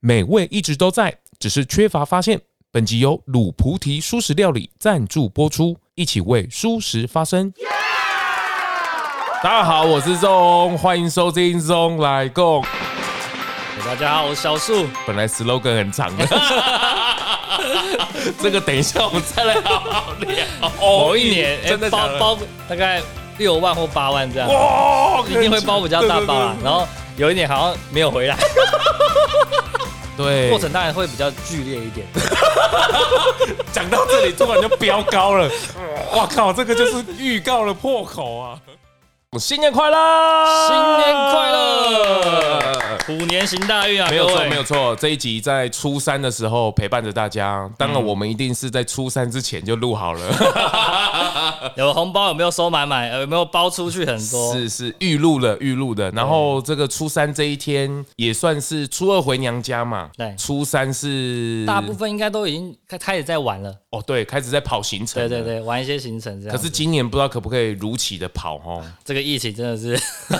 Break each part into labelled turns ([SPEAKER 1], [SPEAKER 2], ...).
[SPEAKER 1] 美味一直都在，只是缺乏发现。本集由鲁菩提素食料理赞助播出，一起为素食发声。大家好，我是钟，欢迎收听钟来共。
[SPEAKER 2] 哎大家好，我是小树。
[SPEAKER 1] 本来 slogan 很长 的， 这个等一下我们再来好好聊。 哦
[SPEAKER 2] 某一年，哎
[SPEAKER 1] 真的假
[SPEAKER 2] 包
[SPEAKER 1] 的？
[SPEAKER 2] 包大概六万或八万这样，
[SPEAKER 1] 哇
[SPEAKER 2] 一定会包比较大包啊啦。然后有一年好像没有回来，
[SPEAKER 1] 对，
[SPEAKER 2] 过程当然会比较剧烈一点。
[SPEAKER 1] 讲到这里，突然就飙高了。哇靠，这个就是预告了破口啊！新年快乐，
[SPEAKER 2] 新年快乐！虎年行大运 啊，
[SPEAKER 1] 没有
[SPEAKER 2] 各
[SPEAKER 1] 错，
[SPEAKER 2] 位
[SPEAKER 1] 没有错。这一集在初三的时候陪伴着大家，当然我们一定是在初三之前就录好 了，
[SPEAKER 2] 有红包有没有收满满？呃有没有包出去很多？
[SPEAKER 1] 是是预录了预录的。然后这个初三这一天也算是初二回娘家嘛，
[SPEAKER 2] 对
[SPEAKER 1] 初三是
[SPEAKER 2] 大部分应该都已经开开始在玩了。
[SPEAKER 1] 哦，对，开始在跑行程，
[SPEAKER 2] 对对。对，玩一些行程这样
[SPEAKER 1] 可
[SPEAKER 2] 子。
[SPEAKER 1] 是今年不知道可不可以如期的跑哦。
[SPEAKER 2] 这个疫情真的是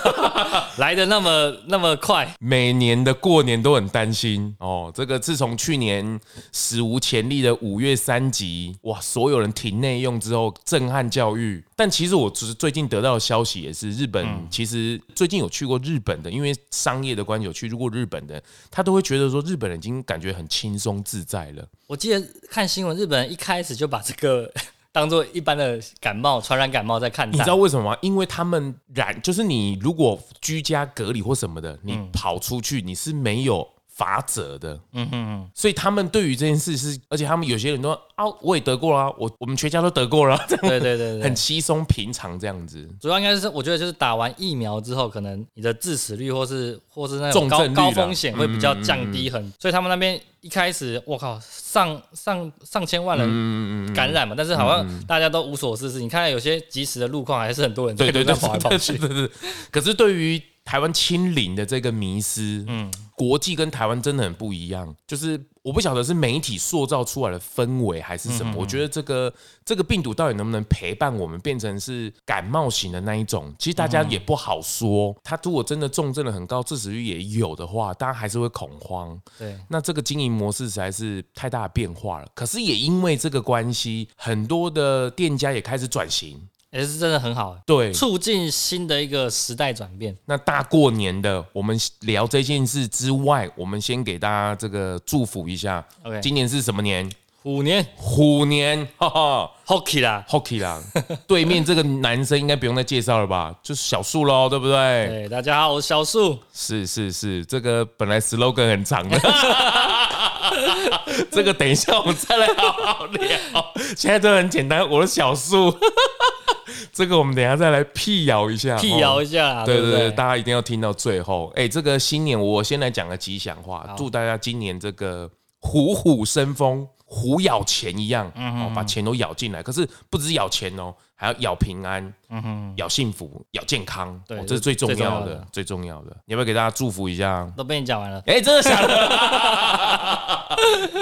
[SPEAKER 2] 来的那么那么快，
[SPEAKER 1] 每年的过年都很担心哦。这个自从去年史无前例的五月三级，哇，所有人停内用之后，震撼教育。但其实我只是最近得到的消息也是，日本、其实最近有去过日本的，因为商业的关系有去过日本的，他都会觉得说日本人已经感觉很轻松自在了。
[SPEAKER 2] 我记得看新闻，日本人一开始就把这个 当做一般的感冒、传染感冒在看
[SPEAKER 1] 你
[SPEAKER 2] 待
[SPEAKER 1] 知。道为什么吗？因为他们染，就是你如果居家隔离或什么的，你跑出去你是没有法则的。嗯哼，所以他们对于这件事是，而且他们有些人都说啊，我也得过啦、我我们全家都得过啦、这样
[SPEAKER 2] 对对对对
[SPEAKER 1] 很，稀松平常这样子。
[SPEAKER 2] 主要应该是我觉得就是打完疫苗之后，可能你的致死率或是或是那种
[SPEAKER 1] 重症
[SPEAKER 2] 高
[SPEAKER 1] 率啦嗯
[SPEAKER 2] 高风险会比较降低很，所以他们那边一开始我靠上上上千万
[SPEAKER 1] 嗯
[SPEAKER 2] 人感染嘛，但是好像大家都无所事事。你看有些即时的路况还是很多人在
[SPEAKER 1] 对对对，
[SPEAKER 2] 路上跑来跑去
[SPEAKER 1] 对，对对对。可是对于台湾清零的这个迷失，嗯，国际跟台湾真的很不一样。就是我不晓得是媒体塑造出来的氛围还是什么，我觉得这个这个病毒到底能不能陪伴我们变成是感冒型的那一种，其实大家也不好说。他如果真的重症的很高，致死率也有的话，大家还是会恐慌。
[SPEAKER 2] 对。
[SPEAKER 1] 那这个经营模式实在是太大的变化了。可是也因为这个关系，很多的店家也开始转型。
[SPEAKER 2] 也是真的很好，
[SPEAKER 1] 对，
[SPEAKER 2] 促进新的一个时代转变。
[SPEAKER 1] 那大过年的，我们聊这件事之外，我们先给大家这个祝福一下。
[SPEAKER 2] OK
[SPEAKER 1] 今年是什么年？
[SPEAKER 2] 五年
[SPEAKER 1] 虎年，哈哈
[SPEAKER 2] hockey 啦，
[SPEAKER 1] ，Hockey 啦。对面这个男生应该不用再介绍了吧？就是小树喽，对不对？
[SPEAKER 2] 对，哎大家好，我是小树。
[SPEAKER 1] 是是是，这个本来 slogan 很长 的，这个等一下我们再来好好聊。现在都很简单，我是小树， 这个我们等一下再来辟谣一下，
[SPEAKER 2] 辟
[SPEAKER 1] 哦
[SPEAKER 2] 谣一下啦，
[SPEAKER 1] 对
[SPEAKER 2] 啊不
[SPEAKER 1] 对对，大家一定要听到最后。哎、这个新年我先来讲个吉祥话，祝大家今年这个虎虎生风，虎咬钱一样，
[SPEAKER 2] 嗯
[SPEAKER 1] 哦，把钱都咬进来。可是不止咬钱哦，还要咬平安，咬幸福，咬健康，
[SPEAKER 2] 嗯对
[SPEAKER 1] 哦、这
[SPEAKER 2] 这
[SPEAKER 1] 是最重
[SPEAKER 2] 最重
[SPEAKER 1] 要
[SPEAKER 2] 要
[SPEAKER 1] 的
[SPEAKER 2] 的，
[SPEAKER 1] 最重要的。你要不要给大家祝福一下？
[SPEAKER 2] 都被你讲完了。
[SPEAKER 1] 哎、真的假的？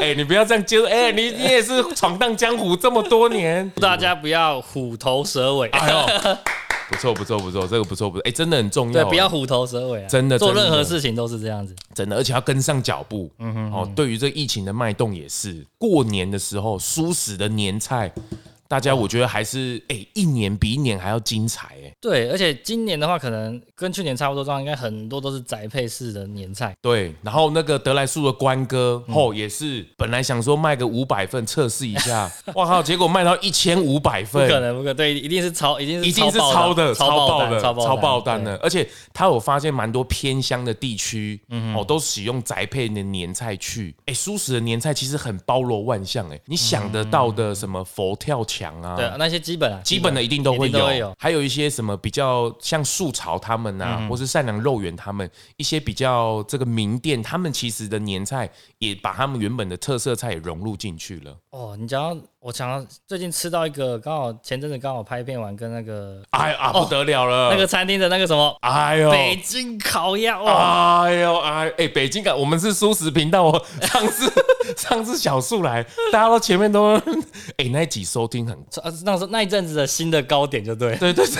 [SPEAKER 1] 哎、你不要这样接受。哎、你你也是闯荡江湖这么多年，
[SPEAKER 2] 祝 大家不要虎头蛇尾，
[SPEAKER 1] 哎呦，不错不错不错，这个不错不错，哎、真的很重要。
[SPEAKER 2] 对，不要虎头蛇尾啊！
[SPEAKER 1] 真的
[SPEAKER 2] 做任
[SPEAKER 1] 真的
[SPEAKER 2] 何事情都是这样子。
[SPEAKER 1] 真的，而且要跟上脚步。嗯哼哦，对于这疫情的脉动也是，过年的时候舒适的年菜，大家我觉得还是哎、一年比一年还要精彩哎、
[SPEAKER 2] 对，而且今年的话，可能跟去年差不多状况，应该很多都是宅配式的年菜。
[SPEAKER 1] 对，然后那个德莱素的关哥哦，也是本来想说卖个五百份测试一 下，哇靠，结果卖到一千五百
[SPEAKER 2] 不可
[SPEAKER 1] 份。
[SPEAKER 2] 能，不可能，对，一定是超，一定是
[SPEAKER 1] 一定是
[SPEAKER 2] 超
[SPEAKER 1] 超
[SPEAKER 2] 爆
[SPEAKER 1] 的、
[SPEAKER 2] 超
[SPEAKER 1] 超爆
[SPEAKER 2] 单
[SPEAKER 1] 的、
[SPEAKER 2] 超
[SPEAKER 1] 超爆单
[SPEAKER 2] 单
[SPEAKER 1] 的，。而且他有发现蛮多偏乡的地区，
[SPEAKER 2] 嗯
[SPEAKER 1] 哦，都使用宅配的年菜去。哎，舒适的年菜其实很包罗万象，哎，你想得到的什么佛跳墙啊，
[SPEAKER 2] 对，对那些基本啊，
[SPEAKER 1] 基本的一定都会
[SPEAKER 2] 一定都会
[SPEAKER 1] 有
[SPEAKER 2] 有，嗯
[SPEAKER 1] 还有一些什么比较像素潮他们啊，或是善良肉圆他们一些比较这个名店，他们其实的年菜也把他们原本的特色菜也融入进去了。
[SPEAKER 2] 哦，你讲到我想到最近吃到一个，刚好前阵子刚好拍片完，跟那个
[SPEAKER 1] 哎呀，不得了了，
[SPEAKER 2] 哦那个餐厅的那个什么
[SPEAKER 1] 哎呦。
[SPEAKER 2] 北京烤鸭，哇，
[SPEAKER 1] 哎呦哎哎，北京港，我们是素食频道。 哦。上次上次小树来，大家都前面都哎那一集收听很
[SPEAKER 2] 啊那时候那一阵子的新的高点就对了。
[SPEAKER 1] 对对对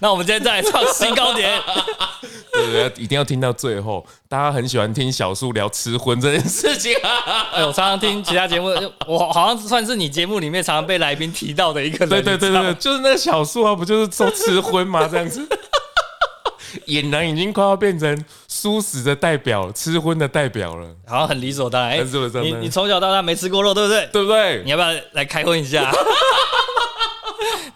[SPEAKER 2] 那我们今天再来创新高点，
[SPEAKER 1] 对对，对一定要听到最后。大家很喜欢听小树聊吃荤这件事情 啊，
[SPEAKER 2] 哎，我常常听其他节目，就我好像算是你节目里面常常被来宾提到的一个人。
[SPEAKER 1] 对对
[SPEAKER 2] 你知
[SPEAKER 1] 对
[SPEAKER 2] 道
[SPEAKER 1] 对，
[SPEAKER 2] 吗，
[SPEAKER 1] 就是那个小树啊，不就是说吃荤吗？这样子， 俨然已经快要变成素食的代表、吃荤的代表了，
[SPEAKER 2] 好像很理所当然。哎
[SPEAKER 1] 很理所当然
[SPEAKER 2] 你你从小到大没吃过肉，对不对？
[SPEAKER 1] 对不
[SPEAKER 2] 你
[SPEAKER 1] 对？
[SPEAKER 2] 要不要来开荤一下？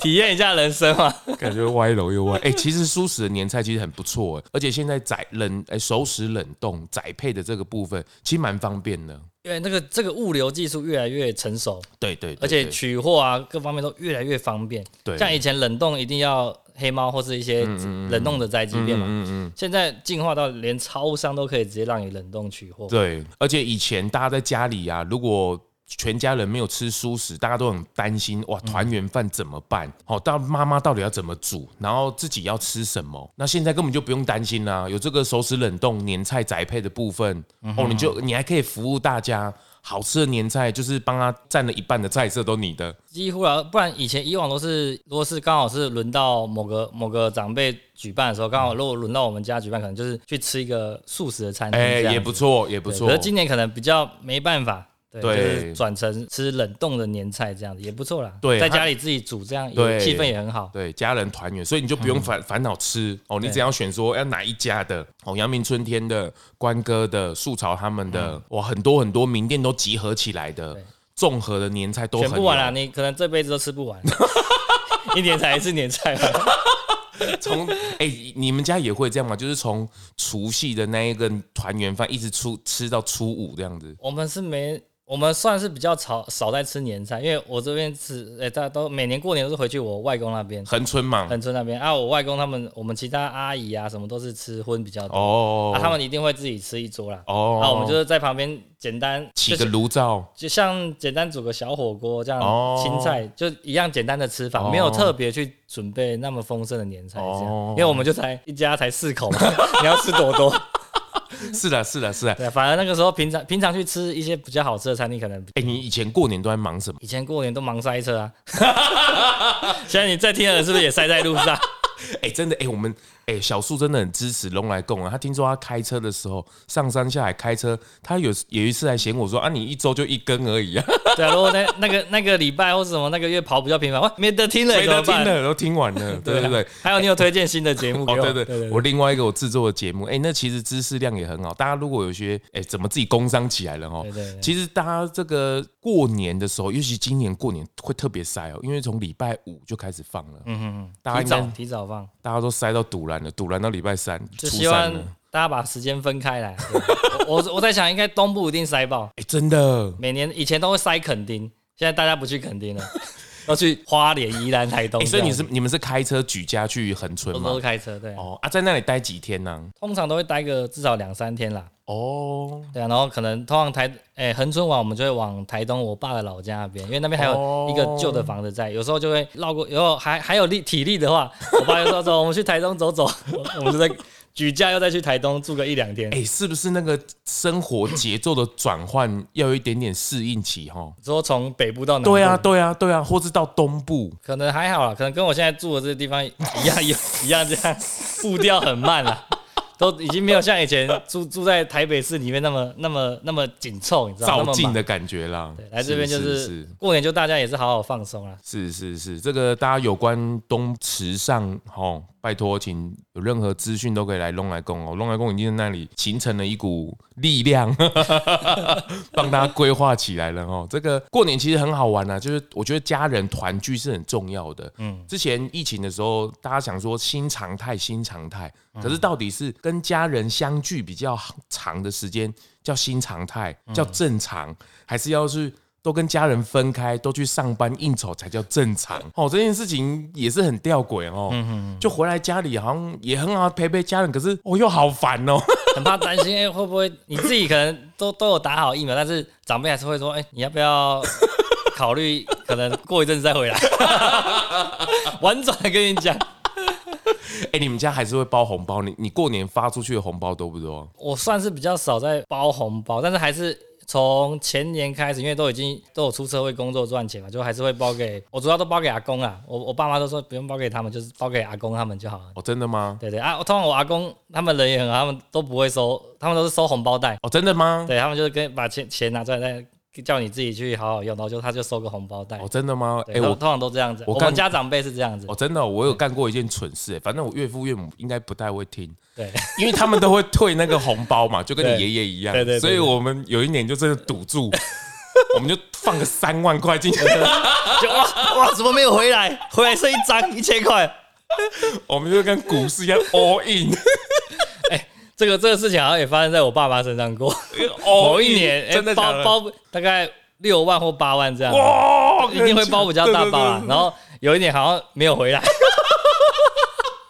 [SPEAKER 2] 体验一下人生嘛。
[SPEAKER 1] 感觉歪楼又歪。哎、其实素食的年菜其实很不错、欸而且现在宰冷哎、熟食冷冻宰配的这个部分，其实蛮方便的。
[SPEAKER 2] 因为那个这个物流技术越来越成熟，
[SPEAKER 1] 对对对
[SPEAKER 2] 而且
[SPEAKER 1] 对
[SPEAKER 2] 取货啊各方面都越来越方便。
[SPEAKER 1] 对嗯
[SPEAKER 2] 像以前冷冻一定要黑猫或是一些冷冻的宅急便嘛，现在进化到连超商都可以直接让你冷冻取货。
[SPEAKER 1] 对，而且以前大家在家里啊，如果全家人没有吃素食，大家都很担心哇，团圆饭怎么办？好、到妈妈到底要怎么煮，然后自己要吃什么？那现在根本就不用担心啦、有这个熟食冷冻年菜宅配的部分，哦，你就你还可以服务大家。好吃的年菜就是帮他占了一半的菜色都你的，
[SPEAKER 2] 几乎啊，不然以前以往都是，如果是刚好是轮到某个某个长辈举办的时候，
[SPEAKER 1] 嗯
[SPEAKER 2] 刚好如果轮到我们家举办，可能就是去吃一个素食的餐厅，
[SPEAKER 1] 哎、
[SPEAKER 2] 这样
[SPEAKER 1] 也
[SPEAKER 2] 子
[SPEAKER 1] 不错，也不
[SPEAKER 2] 对
[SPEAKER 1] 错
[SPEAKER 2] 可。是今年可能比较没办法，对，
[SPEAKER 1] 对
[SPEAKER 2] 就是转成吃冷冻的年菜这样子也不错啦。
[SPEAKER 1] 对
[SPEAKER 2] 在
[SPEAKER 1] 它
[SPEAKER 2] 家里自己煮这样也，
[SPEAKER 1] 对
[SPEAKER 2] 气氛也很好。
[SPEAKER 1] 对，家人团圆，所以你就不用烦烦恼吃哦，你
[SPEAKER 2] 嗯对
[SPEAKER 1] 只要选说要哪一家的哦，阳明春天的、关哥的、树潮他们的，
[SPEAKER 2] 嗯
[SPEAKER 1] 哇，很多很多名店都集合起来的，综合的年菜都
[SPEAKER 2] 选
[SPEAKER 1] 很
[SPEAKER 2] 不完啦，
[SPEAKER 1] 有，
[SPEAKER 2] 你可能这辈子都吃 不完，一年才一次年菜嘛。
[SPEAKER 1] 从哎、你们家也会这样吗？就是从除夕的那一个团圆饭一直出吃到初五这样子，
[SPEAKER 2] 我们是没，我们算是比较少少在吃年菜，因为我这边吃，哎、大家都每年过年都是回去我外公那边，
[SPEAKER 1] 恒春嘛，
[SPEAKER 2] 恒村那边啊，我外公他们，我们其他阿姨啊什么都是吃荤比较多，
[SPEAKER 1] 哦，
[SPEAKER 2] 啊，他们一定会自己吃一桌啦。
[SPEAKER 1] 哦，
[SPEAKER 2] 啊，我们就是在旁边简单
[SPEAKER 1] 起
[SPEAKER 2] 就
[SPEAKER 1] 个炉灶，
[SPEAKER 2] 就像简单煮个小火锅这样
[SPEAKER 1] 哦，
[SPEAKER 2] 青菜就一样简单的吃法，
[SPEAKER 1] 哦
[SPEAKER 2] 没有特别去准备那么丰盛的年菜这样
[SPEAKER 1] 哦，
[SPEAKER 2] 因为我们就才一家才四口嘛， 你要吃多多。
[SPEAKER 1] 是的，是的，是的。
[SPEAKER 2] 对啊，反而那个时候平常平常去吃一些比较好吃的餐厅，可能
[SPEAKER 1] 哎、你以前过年都在忙什么？
[SPEAKER 2] 以前过年都忙塞车啊， 现在你在听的人是不是也塞在路上？
[SPEAKER 1] 哎、真的哎、我们哎、小树真的很支持龙来共啊。他听说他开车的时候上山下海开车，他有有一次还嫌我说啊，你一周就一根而已啊，
[SPEAKER 2] 对啊，如果那那个那个礼拜或是什么那个月跑比较频繁，哇，没得听了
[SPEAKER 1] 没
[SPEAKER 2] 怎么
[SPEAKER 1] 得听
[SPEAKER 2] 办？
[SPEAKER 1] 了，都听完了，对
[SPEAKER 2] 啊
[SPEAKER 1] 对对。
[SPEAKER 2] 还有你有推荐新的节目给
[SPEAKER 1] 哦，
[SPEAKER 2] 我？
[SPEAKER 1] 对对对，我另外一个我制作的节目，哎、那其实知识量也很好。大家如果有些哎、怎么自己工商起来了哦
[SPEAKER 2] 对对，对
[SPEAKER 1] 其实大家这个过年的时候，尤其今年过年会特别塞哦，因为从礼拜五就开始放了，嗯嗯，大家
[SPEAKER 2] 提
[SPEAKER 1] 应
[SPEAKER 2] 早
[SPEAKER 1] 该
[SPEAKER 2] 提早放。
[SPEAKER 1] 大家都塞到堵然了，堵然到礼拜三，初
[SPEAKER 2] 就希
[SPEAKER 1] 三
[SPEAKER 2] 望
[SPEAKER 1] 了，
[SPEAKER 2] 大家把时间分开来。对我我我在想，应该东部一定塞爆，
[SPEAKER 1] 哎、真的，
[SPEAKER 2] 每年以前都会塞垦丁，现在大家不去垦丁了，要去花莲、宜兰、台 东
[SPEAKER 1] 欸
[SPEAKER 2] 这
[SPEAKER 1] 所以
[SPEAKER 2] 样
[SPEAKER 1] 你
[SPEAKER 2] 子。
[SPEAKER 1] 是你们是开车举家去横村
[SPEAKER 2] 我都
[SPEAKER 1] 吗
[SPEAKER 2] 是？开车，对，
[SPEAKER 1] 哦啊，在那里待几天呢、
[SPEAKER 2] 通常都会待个至少两三天啦，
[SPEAKER 1] 哦，
[SPEAKER 2] 对啊，然后可能通常台，诶、恒春完我们就会往台东我爸的老家那边，因为那边还
[SPEAKER 1] 哦
[SPEAKER 2] 有一个旧的房子在，有时候就会绕过，然后还还有力体力的话，我爸就说走，我们去台东走走， 我我们就在举家又再去台东住个一两天
[SPEAKER 1] 哎、，是不是那个生活节奏的转换要有一点点适应期哈？
[SPEAKER 2] 之后从北部到南部，
[SPEAKER 1] 对啊，对啊，对啊，或是到东部，
[SPEAKER 2] 可能还好啦，可能跟我现在住的这个地方一样， 一一样这样步调很慢了， 都已经没有像以前住住在台北市里面那么那么那么紧凑，你知道
[SPEAKER 1] 照
[SPEAKER 2] 吗？那
[SPEAKER 1] 进
[SPEAKER 2] 么忙
[SPEAKER 1] 的感觉啦。
[SPEAKER 2] 对来这边就是
[SPEAKER 1] 是
[SPEAKER 2] 过年就大家也是好好放松啦。
[SPEAKER 1] 是是是，这个大家有关东池上哦，拜托，请有任何资讯都可以来龙来宫哦，龙来宫已经在那里形成了一股力量，帮大家规划起来了哦。这个过年其实很好玩啊，就是我觉得家人团聚是很重要的。嗯，之前疫情的时候，大家想说新常态，新常态，可是到底是跟家人相聚比较长的时间叫新常态，叫正常，还是要是？都跟家人分开，都去上班应酬才叫正常哦。这件事情也是很吊诡哦。就回来家里好像也很好陪陪家人，可是我、哦、又好烦哦。
[SPEAKER 2] 很怕担心，哎、 会不会你自己可能都都有打好疫苗，但是长辈还是会说，哎、你要不要考虑，可能过一阵子再回来， 婉转地跟你讲。
[SPEAKER 1] 哎、你们家还是会包红包？你你过年发出去的红包多不多？
[SPEAKER 2] 我算是比较少在包红包，但是还是从前年开始，因为都已经都有出社会工作赚钱嘛，就还是会包给我，主要都包给阿公啊。我我爸妈都说不用包给他们，就是包给阿公他们就好了。
[SPEAKER 1] 哦，真的吗？
[SPEAKER 2] 对对啊，通常我阿公他们人也很好，他们都不会收，他们都是收红包袋。
[SPEAKER 1] 哦，真的 吗？
[SPEAKER 2] 对他们就是跟把钱钱拿出来，再叫你自己去好好用，然后就他就收个红包袋
[SPEAKER 1] 哦，。真的吗？
[SPEAKER 2] 对
[SPEAKER 1] 哎，
[SPEAKER 2] 通
[SPEAKER 1] 我
[SPEAKER 2] 通常都这样子，
[SPEAKER 1] 我
[SPEAKER 2] 我
[SPEAKER 1] 看
[SPEAKER 2] 们家长辈是这样子
[SPEAKER 1] 哦，。真的哦，我有干过一件蠢事，哎反正我岳父岳母应该不太会听，
[SPEAKER 2] 对，
[SPEAKER 1] 因为他们都会退那个红包嘛，就跟你
[SPEAKER 2] 对
[SPEAKER 1] 爷爷一样
[SPEAKER 2] 对对，对
[SPEAKER 1] 所以我们有一年就真的赌注，我们就放个三万块进去，
[SPEAKER 2] 就哇哇，怎么没有回来？回来剩一张一千块。
[SPEAKER 1] 我们就跟股市一样 all in，all
[SPEAKER 2] 这个这个事情好像也发生在我爸妈身上过。某一年，哎
[SPEAKER 1] 真的假
[SPEAKER 2] 包
[SPEAKER 1] 的？
[SPEAKER 2] 包大概六万或八万这样，
[SPEAKER 1] 哇，
[SPEAKER 2] 一定会包比较大包啊
[SPEAKER 1] 对。对对
[SPEAKER 2] 然后有一年好像没有回来。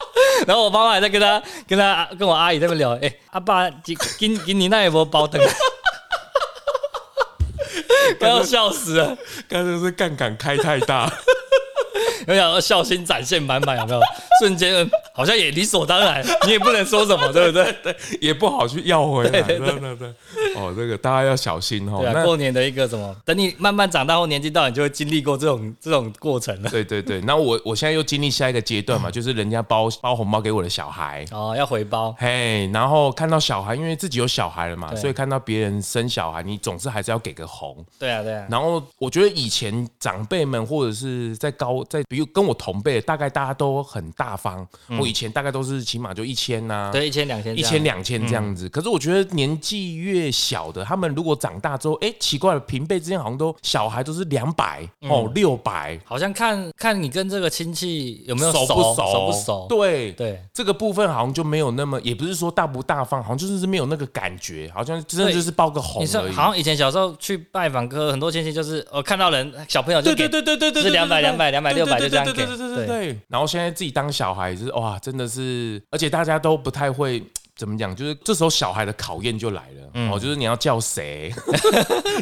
[SPEAKER 2] 然后我妈妈还在跟他、跟他、跟我阿姨在那边聊，哎、阿爸，今今今年那有没有包等？ 快要笑死了，
[SPEAKER 1] 刚才是杠杆开太大，
[SPEAKER 2] 有想要孝心展现满满，有没有？瞬间嗯好像也理所当然， 你也不能说什么，对 不对？啊
[SPEAKER 1] 也不好去要回来。对
[SPEAKER 2] 对对
[SPEAKER 1] 对对，哦，这个大家要小心哦。
[SPEAKER 2] 对啊，
[SPEAKER 1] 那
[SPEAKER 2] 过年的一个什么？等你慢慢长大后，年纪到，你就会经历过这种这种过程了。
[SPEAKER 1] 对对对，那我我现在又经历下一个阶段嘛，就是人家包包红包给我的小孩，
[SPEAKER 2] 哦，要回包，
[SPEAKER 1] 嘿，然后看到小孩，因为自己有小孩了嘛，
[SPEAKER 2] 对
[SPEAKER 1] 所以看到别人生小孩，你总是还是要给个红。
[SPEAKER 2] 对啊，对啊，
[SPEAKER 1] 然后我觉得以前长辈们或者是在高在，比如跟我同辈，大概大家都很大方。
[SPEAKER 2] 嗯
[SPEAKER 1] 我以前大概都是起码就一千呐、
[SPEAKER 2] 对，一千两千，
[SPEAKER 1] 一千，两千这
[SPEAKER 2] 嗯
[SPEAKER 1] 样子。可是我觉得年纪越小的，他们如果长大之后，哎，奇怪了，平辈之间好像都小孩都是两百
[SPEAKER 2] 嗯
[SPEAKER 1] 哦，六百，
[SPEAKER 2] 好像看看你跟这个亲戚有没有
[SPEAKER 1] 熟不
[SPEAKER 2] 熟
[SPEAKER 1] 熟？
[SPEAKER 2] 不熟？
[SPEAKER 1] 对。
[SPEAKER 2] 对
[SPEAKER 1] 这个部分好像就没有那么，也不是说大不大方，好像就是没有那个感觉，好像真的
[SPEAKER 2] 对
[SPEAKER 1] 就是包个红
[SPEAKER 2] 你说
[SPEAKER 1] 而已。
[SPEAKER 2] 好像以前小时候去拜访哥，很多亲戚就是我看到人小朋友
[SPEAKER 1] 对
[SPEAKER 2] 就给
[SPEAKER 1] 对对对对对，
[SPEAKER 2] 就是200 200 200 600就这样
[SPEAKER 1] 对对
[SPEAKER 2] 给
[SPEAKER 1] 对对对对。然后现在自己当小孩就是哇，真的是，而且大家都不太会。怎么讲？就是这时候小孩的考验就来了、
[SPEAKER 2] 嗯
[SPEAKER 1] 哦，就是你要叫谁，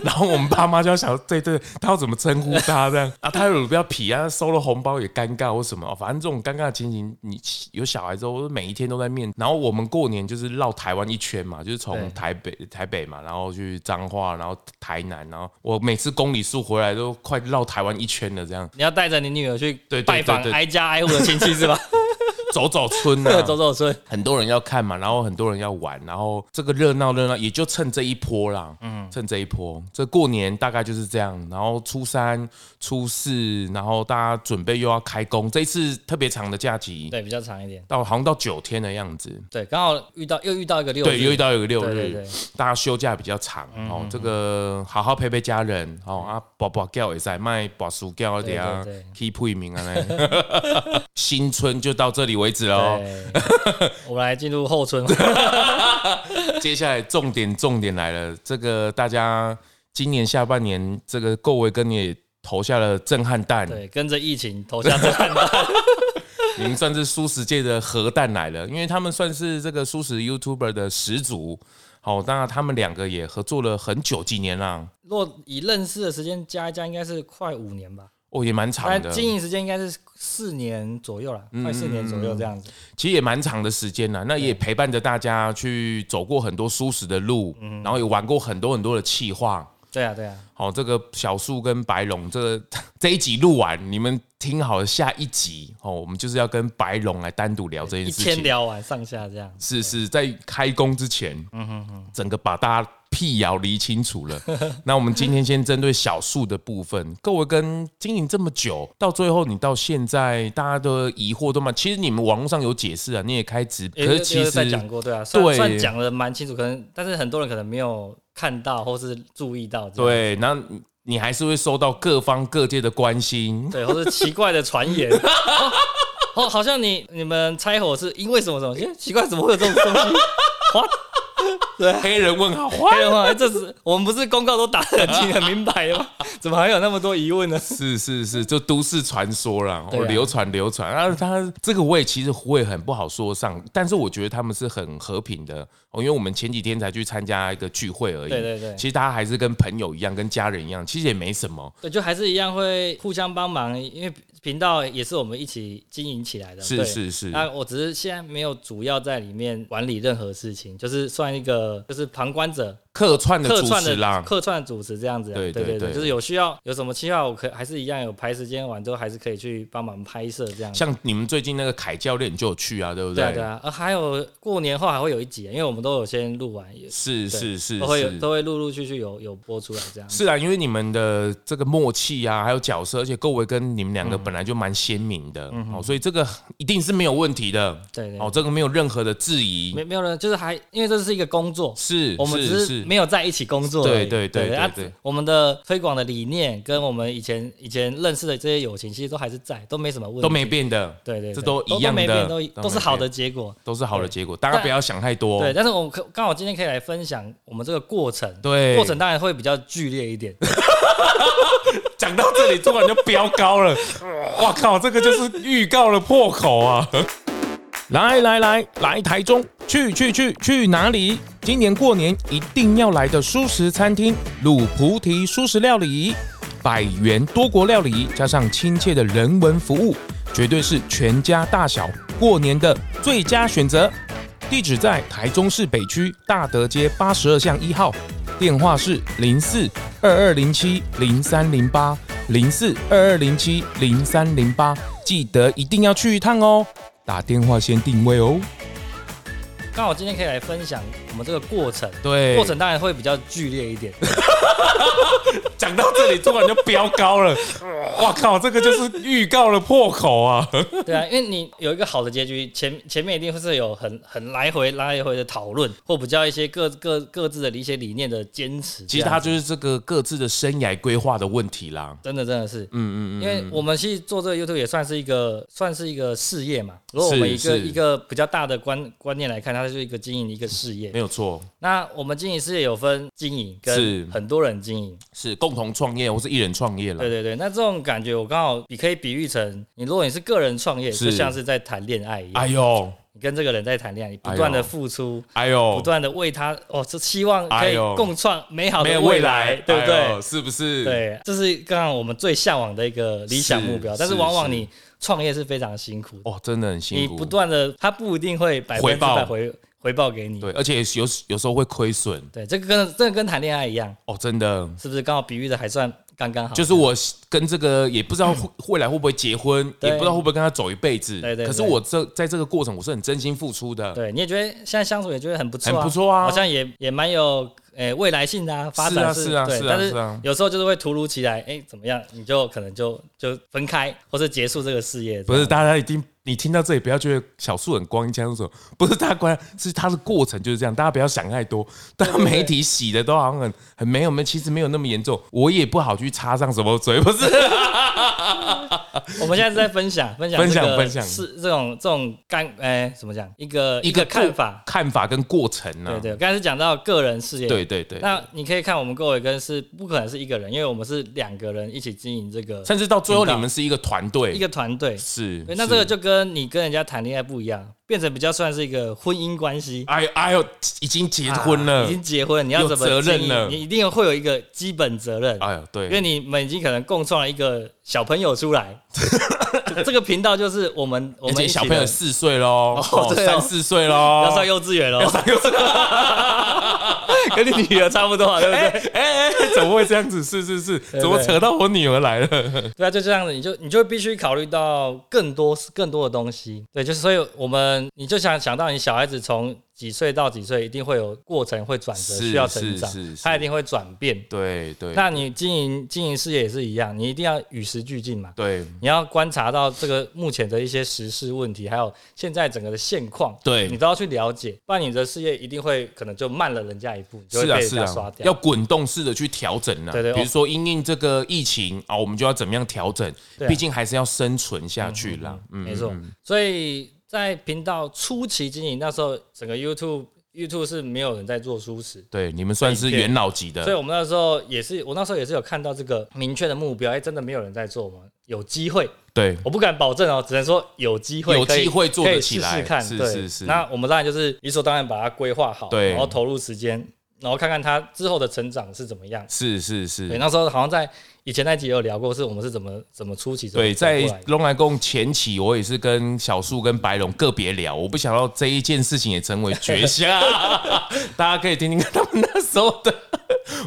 [SPEAKER 1] 然后我们爸妈就要想，对对，他要怎么称呼他这样啊？他有不要皮啊，收了红包也尴尬或什么、哦反正这种尴尬的情形，你有小孩之后，每一天都在面。然后我们过年就是绕台湾一圈嘛，就是
[SPEAKER 2] 对
[SPEAKER 1] 从台北台北嘛，然后去彰化，然后台南，然后我每次公里数回来都快绕台湾一圈了，这样
[SPEAKER 2] 你要带着你女儿去
[SPEAKER 1] 对对
[SPEAKER 2] 拜访
[SPEAKER 1] 对对
[SPEAKER 2] 挨家挨户的亲戚 是吧？，
[SPEAKER 1] 走走村啊
[SPEAKER 2] 走走村，
[SPEAKER 1] 很多人要看嘛，然后很多人要玩，然后这个热闹热闹也就趁这一波啦，嗯，趁这一波，这过年大概就是这样，然后初三、初四，然后大家准备又要开工，这一次特别长的假期，
[SPEAKER 2] 对，比较长一点。
[SPEAKER 1] 到好像到九天的样子，
[SPEAKER 2] 对，刚好遇到又遇到一个六
[SPEAKER 1] 对，
[SPEAKER 2] 日
[SPEAKER 1] 又遇到有个六
[SPEAKER 2] 对对
[SPEAKER 1] 日，
[SPEAKER 2] 对，嗯
[SPEAKER 1] 大家休假比较长哦，这个好好陪陪家人哦啊，宝宝叫也在卖宝薯叫的啊
[SPEAKER 2] 对对对
[SPEAKER 1] ，keep 一名啊，那 新春就到这里为止喽。
[SPEAKER 2] 对 我们来进入后村。
[SPEAKER 1] 接下来重点重点来了，这个大家今年下半年这个购维跟你也投下了震撼弹，
[SPEAKER 2] 对，跟着疫情投下震撼弹。
[SPEAKER 1] 你们算是素食界的核弹来了，因为他们算是这个素食 YouTuber 的始祖。好，那他们两个也合作了很久，几年啦，
[SPEAKER 2] 若以认识的时间加一加，应该是快五年吧。
[SPEAKER 1] 哦，也蛮长
[SPEAKER 2] 但
[SPEAKER 1] 的，嗯
[SPEAKER 2] 经营时间应该是四年左右了，快四年左右这样子。
[SPEAKER 1] 其实也蛮长的时间了。那也陪伴着大家去走过很多舒适的路，然后也玩过很多很多的气话。
[SPEAKER 2] 对啊，对啊，
[SPEAKER 1] 好，这个小树跟白龙，这个这一集录完，你们听好了，下一集哦，我们就是要跟白龙来单独聊这件
[SPEAKER 2] 一
[SPEAKER 1] 事
[SPEAKER 2] 天
[SPEAKER 1] 情。
[SPEAKER 2] 聊完上下这样。
[SPEAKER 1] 是是，在开工之前，
[SPEAKER 2] 嗯
[SPEAKER 1] 整个把大家辟谣理清楚 了。那我们今天先针对小树的部分，各位跟经营这么久，到最后你到现在大家的疑惑都嘛，其实你们网络上有解释啊，你也开直，可
[SPEAKER 2] 也
[SPEAKER 1] 是其
[SPEAKER 2] 在
[SPEAKER 1] 实
[SPEAKER 2] 讲过，对啊，算
[SPEAKER 1] 对
[SPEAKER 2] 算讲的蛮清楚，可能但是很多人可能没有看到或是注意到这样，
[SPEAKER 1] 对，那你你还是会收到各方各界的关心。
[SPEAKER 2] 对，或是奇怪的传 言。哦哦，好像你你们拆伙是因为什么什么？诶奇怪，怎么会有这种东西？
[SPEAKER 1] 黑人问 号，
[SPEAKER 2] 黑人话，诶这是我们不是公告都打得很清很明白 的吗？怎么还有那么多疑问呢？
[SPEAKER 1] 是是是，就都市传说啦，
[SPEAKER 2] 对啊
[SPEAKER 1] 哦，流传流传啊，他这个我也其实我也很不好说上，但是我觉得他们是很和平的哦，因为我们前几天才去参加一个聚会而已，
[SPEAKER 2] 对对对
[SPEAKER 1] 其实大家还是跟朋友一样，跟家人一样，其实也没什么，
[SPEAKER 2] 对，就还是一样会互相帮忙，因为频道也是我们一起经营起来的。
[SPEAKER 1] 是
[SPEAKER 2] 对啊
[SPEAKER 1] 是是，
[SPEAKER 2] 那我只是现在没有主要在里面管理任何事情，就是算一个就是旁观者，
[SPEAKER 1] 客串的
[SPEAKER 2] 客
[SPEAKER 1] 主
[SPEAKER 2] 串
[SPEAKER 1] 持
[SPEAKER 2] 的
[SPEAKER 1] 啦，
[SPEAKER 2] 客串主持这样子、啊，
[SPEAKER 1] 对
[SPEAKER 2] 对
[SPEAKER 1] 对对
[SPEAKER 2] 就是有需要有什么计划，我可还是一样有排时间完之后，还是可以去帮忙拍摄这样子。
[SPEAKER 1] 像你们最近那个凯教练就有去啊，对不
[SPEAKER 2] 对啊
[SPEAKER 1] 对
[SPEAKER 2] 对啊，呃还有过年后还会有一集，啊因为我们都有先录完，也
[SPEAKER 1] 是
[SPEAKER 2] 对
[SPEAKER 1] 是是
[SPEAKER 2] 都会有
[SPEAKER 1] 是。
[SPEAKER 2] 都会陆陆续续有有播出来这样子。
[SPEAKER 1] 是啊，因为你们的这个默契啊，还有角色，而且各位跟你们两个
[SPEAKER 2] 嗯
[SPEAKER 1] 本来就蛮鲜明的，哦，所以这个一定是没有问题的，
[SPEAKER 2] 对对
[SPEAKER 1] 哦，这个没有任何的质
[SPEAKER 2] 没
[SPEAKER 1] 疑，
[SPEAKER 2] 没有人，就是还因为这是一个工作，
[SPEAKER 1] 是，
[SPEAKER 2] 我们只
[SPEAKER 1] 是
[SPEAKER 2] 是
[SPEAKER 1] 是
[SPEAKER 2] 没有在一起工作而已。
[SPEAKER 1] 对对对
[SPEAKER 2] 啊
[SPEAKER 1] 对对
[SPEAKER 2] 我们的推广的理念跟我们以前以前认识的这些友情，其实都还是在，都没什么问题，
[SPEAKER 1] 都没变的，
[SPEAKER 2] 对对，对
[SPEAKER 1] 这都一样
[SPEAKER 2] 没
[SPEAKER 1] 的
[SPEAKER 2] 变，都
[SPEAKER 1] 都
[SPEAKER 2] 都是
[SPEAKER 1] 没
[SPEAKER 2] 好
[SPEAKER 1] 变
[SPEAKER 2] 的结果。
[SPEAKER 1] 都是好的结果，大家
[SPEAKER 2] 但
[SPEAKER 1] 不要想太多，
[SPEAKER 2] 对，但是我可刚好今天可以来分享我们这个过程，
[SPEAKER 1] 对
[SPEAKER 2] 过程当然会比较剧烈一 点，
[SPEAKER 1] 讲到这里，突然就飙高 了，哇靠，这个就是预告了破口啊！来来来来台中，去去去去哪里？今年过年一定要来的素食餐厅——鲁菩提素食料理，百元多国料理加上亲切的人文服务，绝对是全家大小过年的最佳选择。地址在台中市北区大德街八十二巷一号，电话是零四二二零七零三零八零四二二零七零三零八，记得一定要去一趟哦，打电话先定位哦。
[SPEAKER 2] 刚好今天可以来分享我们这个过程，
[SPEAKER 1] 对，
[SPEAKER 2] 过程当然会比较剧烈一点，
[SPEAKER 1] 讲到这 里突然就飙高了，哇靠，这个就是预告了破口啊！
[SPEAKER 2] 对啊，因为你有一个好的结局，前前面一定会是有很很来回来回的讨论，或比较一些各各各自的一些理念的坚持
[SPEAKER 1] 其
[SPEAKER 2] 这样子，
[SPEAKER 1] 实他就是这个各自的生涯规划的问题啦。
[SPEAKER 2] 真的真的是，
[SPEAKER 1] 嗯嗯嗯，
[SPEAKER 2] 因为我们其实做这个 YouTube 也算是一个算是一个事业嘛。如果我们
[SPEAKER 1] 是
[SPEAKER 2] 一个
[SPEAKER 1] 是
[SPEAKER 2] 一个比较大的观观念来看，它就是一个经营的一个事业
[SPEAKER 1] 没。有错，
[SPEAKER 2] 那我们经营事业有分经营
[SPEAKER 1] 是
[SPEAKER 2] 跟很多人经营，
[SPEAKER 1] 是共同创业或是一人创业啦
[SPEAKER 2] 对。对对。那这种感觉我刚好也可以比喻成，你如果你是个人创业，
[SPEAKER 1] 是
[SPEAKER 2] 就像是在谈恋爱一样，
[SPEAKER 1] 哎呦，
[SPEAKER 2] 你跟这个人在谈恋爱，你
[SPEAKER 1] 哎
[SPEAKER 2] 不
[SPEAKER 1] 呦
[SPEAKER 2] 断的付出。
[SPEAKER 1] 哎呦，
[SPEAKER 2] 不断的为他哦，就希望可
[SPEAKER 1] 哎
[SPEAKER 2] 以
[SPEAKER 1] 呦
[SPEAKER 2] 共创美好
[SPEAKER 1] 没
[SPEAKER 2] 的
[SPEAKER 1] 有
[SPEAKER 2] 未
[SPEAKER 1] 未
[SPEAKER 2] 来，
[SPEAKER 1] 来，
[SPEAKER 2] 对不对？
[SPEAKER 1] 哎呦是不是？，
[SPEAKER 2] 对，这是刚刚我们最向往的一个理想目标，
[SPEAKER 1] 是
[SPEAKER 2] 但是往往
[SPEAKER 1] 是
[SPEAKER 2] 你创业是非常辛苦的，
[SPEAKER 1] 哦，真的很
[SPEAKER 2] 你
[SPEAKER 1] 辛苦，
[SPEAKER 2] 不断的，它不一定会百分之百
[SPEAKER 1] 报
[SPEAKER 2] 回回报给你。
[SPEAKER 1] 对，而且有有时候会亏损
[SPEAKER 2] 对，这个跟这个跟谈恋爱一样，
[SPEAKER 1] 哦，真的。
[SPEAKER 2] 是不是刚好比喻的还算刚刚好？
[SPEAKER 1] 就是我跟这个也不知道会 未来会不会结婚，
[SPEAKER 2] 对
[SPEAKER 1] 也不知道会不会跟他走一辈子。
[SPEAKER 2] 对对对
[SPEAKER 1] 可是我这在这个过程，我是很真心付出的。
[SPEAKER 2] 对，你也觉得现在相处也觉得很不错、啊，
[SPEAKER 1] 很不错啊
[SPEAKER 2] 好像也也蛮有诶、未来性的啊，发展
[SPEAKER 1] 是啊是啊
[SPEAKER 2] 对
[SPEAKER 1] 是啊
[SPEAKER 2] 但
[SPEAKER 1] 是
[SPEAKER 2] 是
[SPEAKER 1] 啊
[SPEAKER 2] 有时候就是会突如其来，诶，怎么样，你就可能就就分开，或是结束这个事业。
[SPEAKER 1] 不是，大家一定，你听到这里不要觉得小树很光枪手，不是他光，是他的过程就是这样，大家不要想太多。但
[SPEAKER 2] 对对
[SPEAKER 1] 媒体洗的都好像很很没有，没有其实没有那么严重，我也不好去插上什么嘴，不是？
[SPEAKER 2] 我们现在是在分享分享
[SPEAKER 1] 分享
[SPEAKER 2] 这个
[SPEAKER 1] 分享
[SPEAKER 2] 是这种这种干诶、怎么讲一个
[SPEAKER 1] 一个
[SPEAKER 2] 看法。
[SPEAKER 1] 看法跟过程呢、
[SPEAKER 2] 对对，刚才是讲到个人事业，
[SPEAKER 1] 对对对，
[SPEAKER 2] 那你可以看我们各位跟是不可能是一个人，因为我们是两个人一起经营这个
[SPEAKER 1] 甚至到最后
[SPEAKER 2] 频道
[SPEAKER 1] 你们是一个团队，
[SPEAKER 2] 一个团队。
[SPEAKER 1] 是
[SPEAKER 2] 对，那
[SPEAKER 1] 是
[SPEAKER 2] 这个就跟你跟人家谈恋爱不一样，变成比较算是一个婚姻关系。
[SPEAKER 1] 哎呦哎呦，已经结婚
[SPEAKER 2] 啊
[SPEAKER 1] 了，
[SPEAKER 2] 已经结婚了，你要
[SPEAKER 1] 有
[SPEAKER 2] 怎么
[SPEAKER 1] 责任
[SPEAKER 2] 经营
[SPEAKER 1] 了
[SPEAKER 2] 你一定会有一个基本责任，
[SPEAKER 1] 哎呦对，
[SPEAKER 2] 因为你们已经可能共创了一个小朋友 出来。这个频道就是我们我
[SPEAKER 1] 而
[SPEAKER 2] 们
[SPEAKER 1] 且
[SPEAKER 2] 一起
[SPEAKER 1] 小朋友
[SPEAKER 2] 的
[SPEAKER 1] 四岁喽，哦
[SPEAKER 2] 对哦
[SPEAKER 1] 三四岁
[SPEAKER 2] 要上
[SPEAKER 1] 喽，
[SPEAKER 2] 幼稚园了，
[SPEAKER 1] 幼稚
[SPEAKER 2] 跟你女儿差不多啊，对不对？
[SPEAKER 1] 哎哎，怎么会这样子？是是是，
[SPEAKER 2] 对
[SPEAKER 1] 怎么扯到我女儿来了？
[SPEAKER 2] 对啊，就这样子，你就你就必须考虑到更多更多的东西。对，就是所以我们你就想想到你小孩子从几岁到几岁，一定会有过程会转折，
[SPEAKER 1] 是
[SPEAKER 2] 需要成长
[SPEAKER 1] 是是，是
[SPEAKER 2] 他一定会转变。
[SPEAKER 1] 对对
[SPEAKER 2] 那你经营经营事业也是一样，你一定要与时俱进嘛。
[SPEAKER 1] 对
[SPEAKER 2] 你要观察到这个目前的一些时事问题，还有现在整个的现况，你
[SPEAKER 1] 对，
[SPEAKER 2] 都要去了解，不然你的事业一定会可能就慢了人家一步，你就
[SPEAKER 1] 是
[SPEAKER 2] 会被
[SPEAKER 1] 啊
[SPEAKER 2] 人
[SPEAKER 1] 是
[SPEAKER 2] 家刷
[SPEAKER 1] 啊，
[SPEAKER 2] 掉。
[SPEAKER 1] 要滚动式的去调整啊。
[SPEAKER 2] 对对哦
[SPEAKER 1] 比如说因应这个疫情啊，我们就要怎么样调整
[SPEAKER 2] 对？啊
[SPEAKER 1] 毕竟还是要生存下去啦。嗯，
[SPEAKER 2] 没错。所以在频道初期经营那时候，整个 YouTube YouTube 是没有人在做舒适。
[SPEAKER 1] 对，你们算是元老级
[SPEAKER 2] 所以，
[SPEAKER 1] 的，
[SPEAKER 2] 我们那时候也是，我那时候也是有看到这个明确的目标，哎、真的没有人在做吗？有机会，
[SPEAKER 1] 对，
[SPEAKER 2] 我不敢保证哦，只能说有机会
[SPEAKER 1] 有
[SPEAKER 2] 可以，
[SPEAKER 1] 机会做得
[SPEAKER 2] 可以
[SPEAKER 1] 起来
[SPEAKER 2] 试试看，
[SPEAKER 1] 是
[SPEAKER 2] 对
[SPEAKER 1] 是是
[SPEAKER 2] 那我们当然就是理所当然把它规划好，
[SPEAKER 1] 对
[SPEAKER 2] 然后投入时间，然后看看他之后的成长是怎么样。
[SPEAKER 1] 是是是
[SPEAKER 2] 对，，那时候好像在以前那集也有聊过，是我们是怎么怎么初期怎么
[SPEAKER 1] 对，
[SPEAKER 2] 走过
[SPEAKER 1] 在
[SPEAKER 2] 来的
[SPEAKER 1] 龙来共前期，我也是跟小树跟白龙个别聊，我不想到这一件事情也成为绝 杀。大家可以听听看他们那时候的，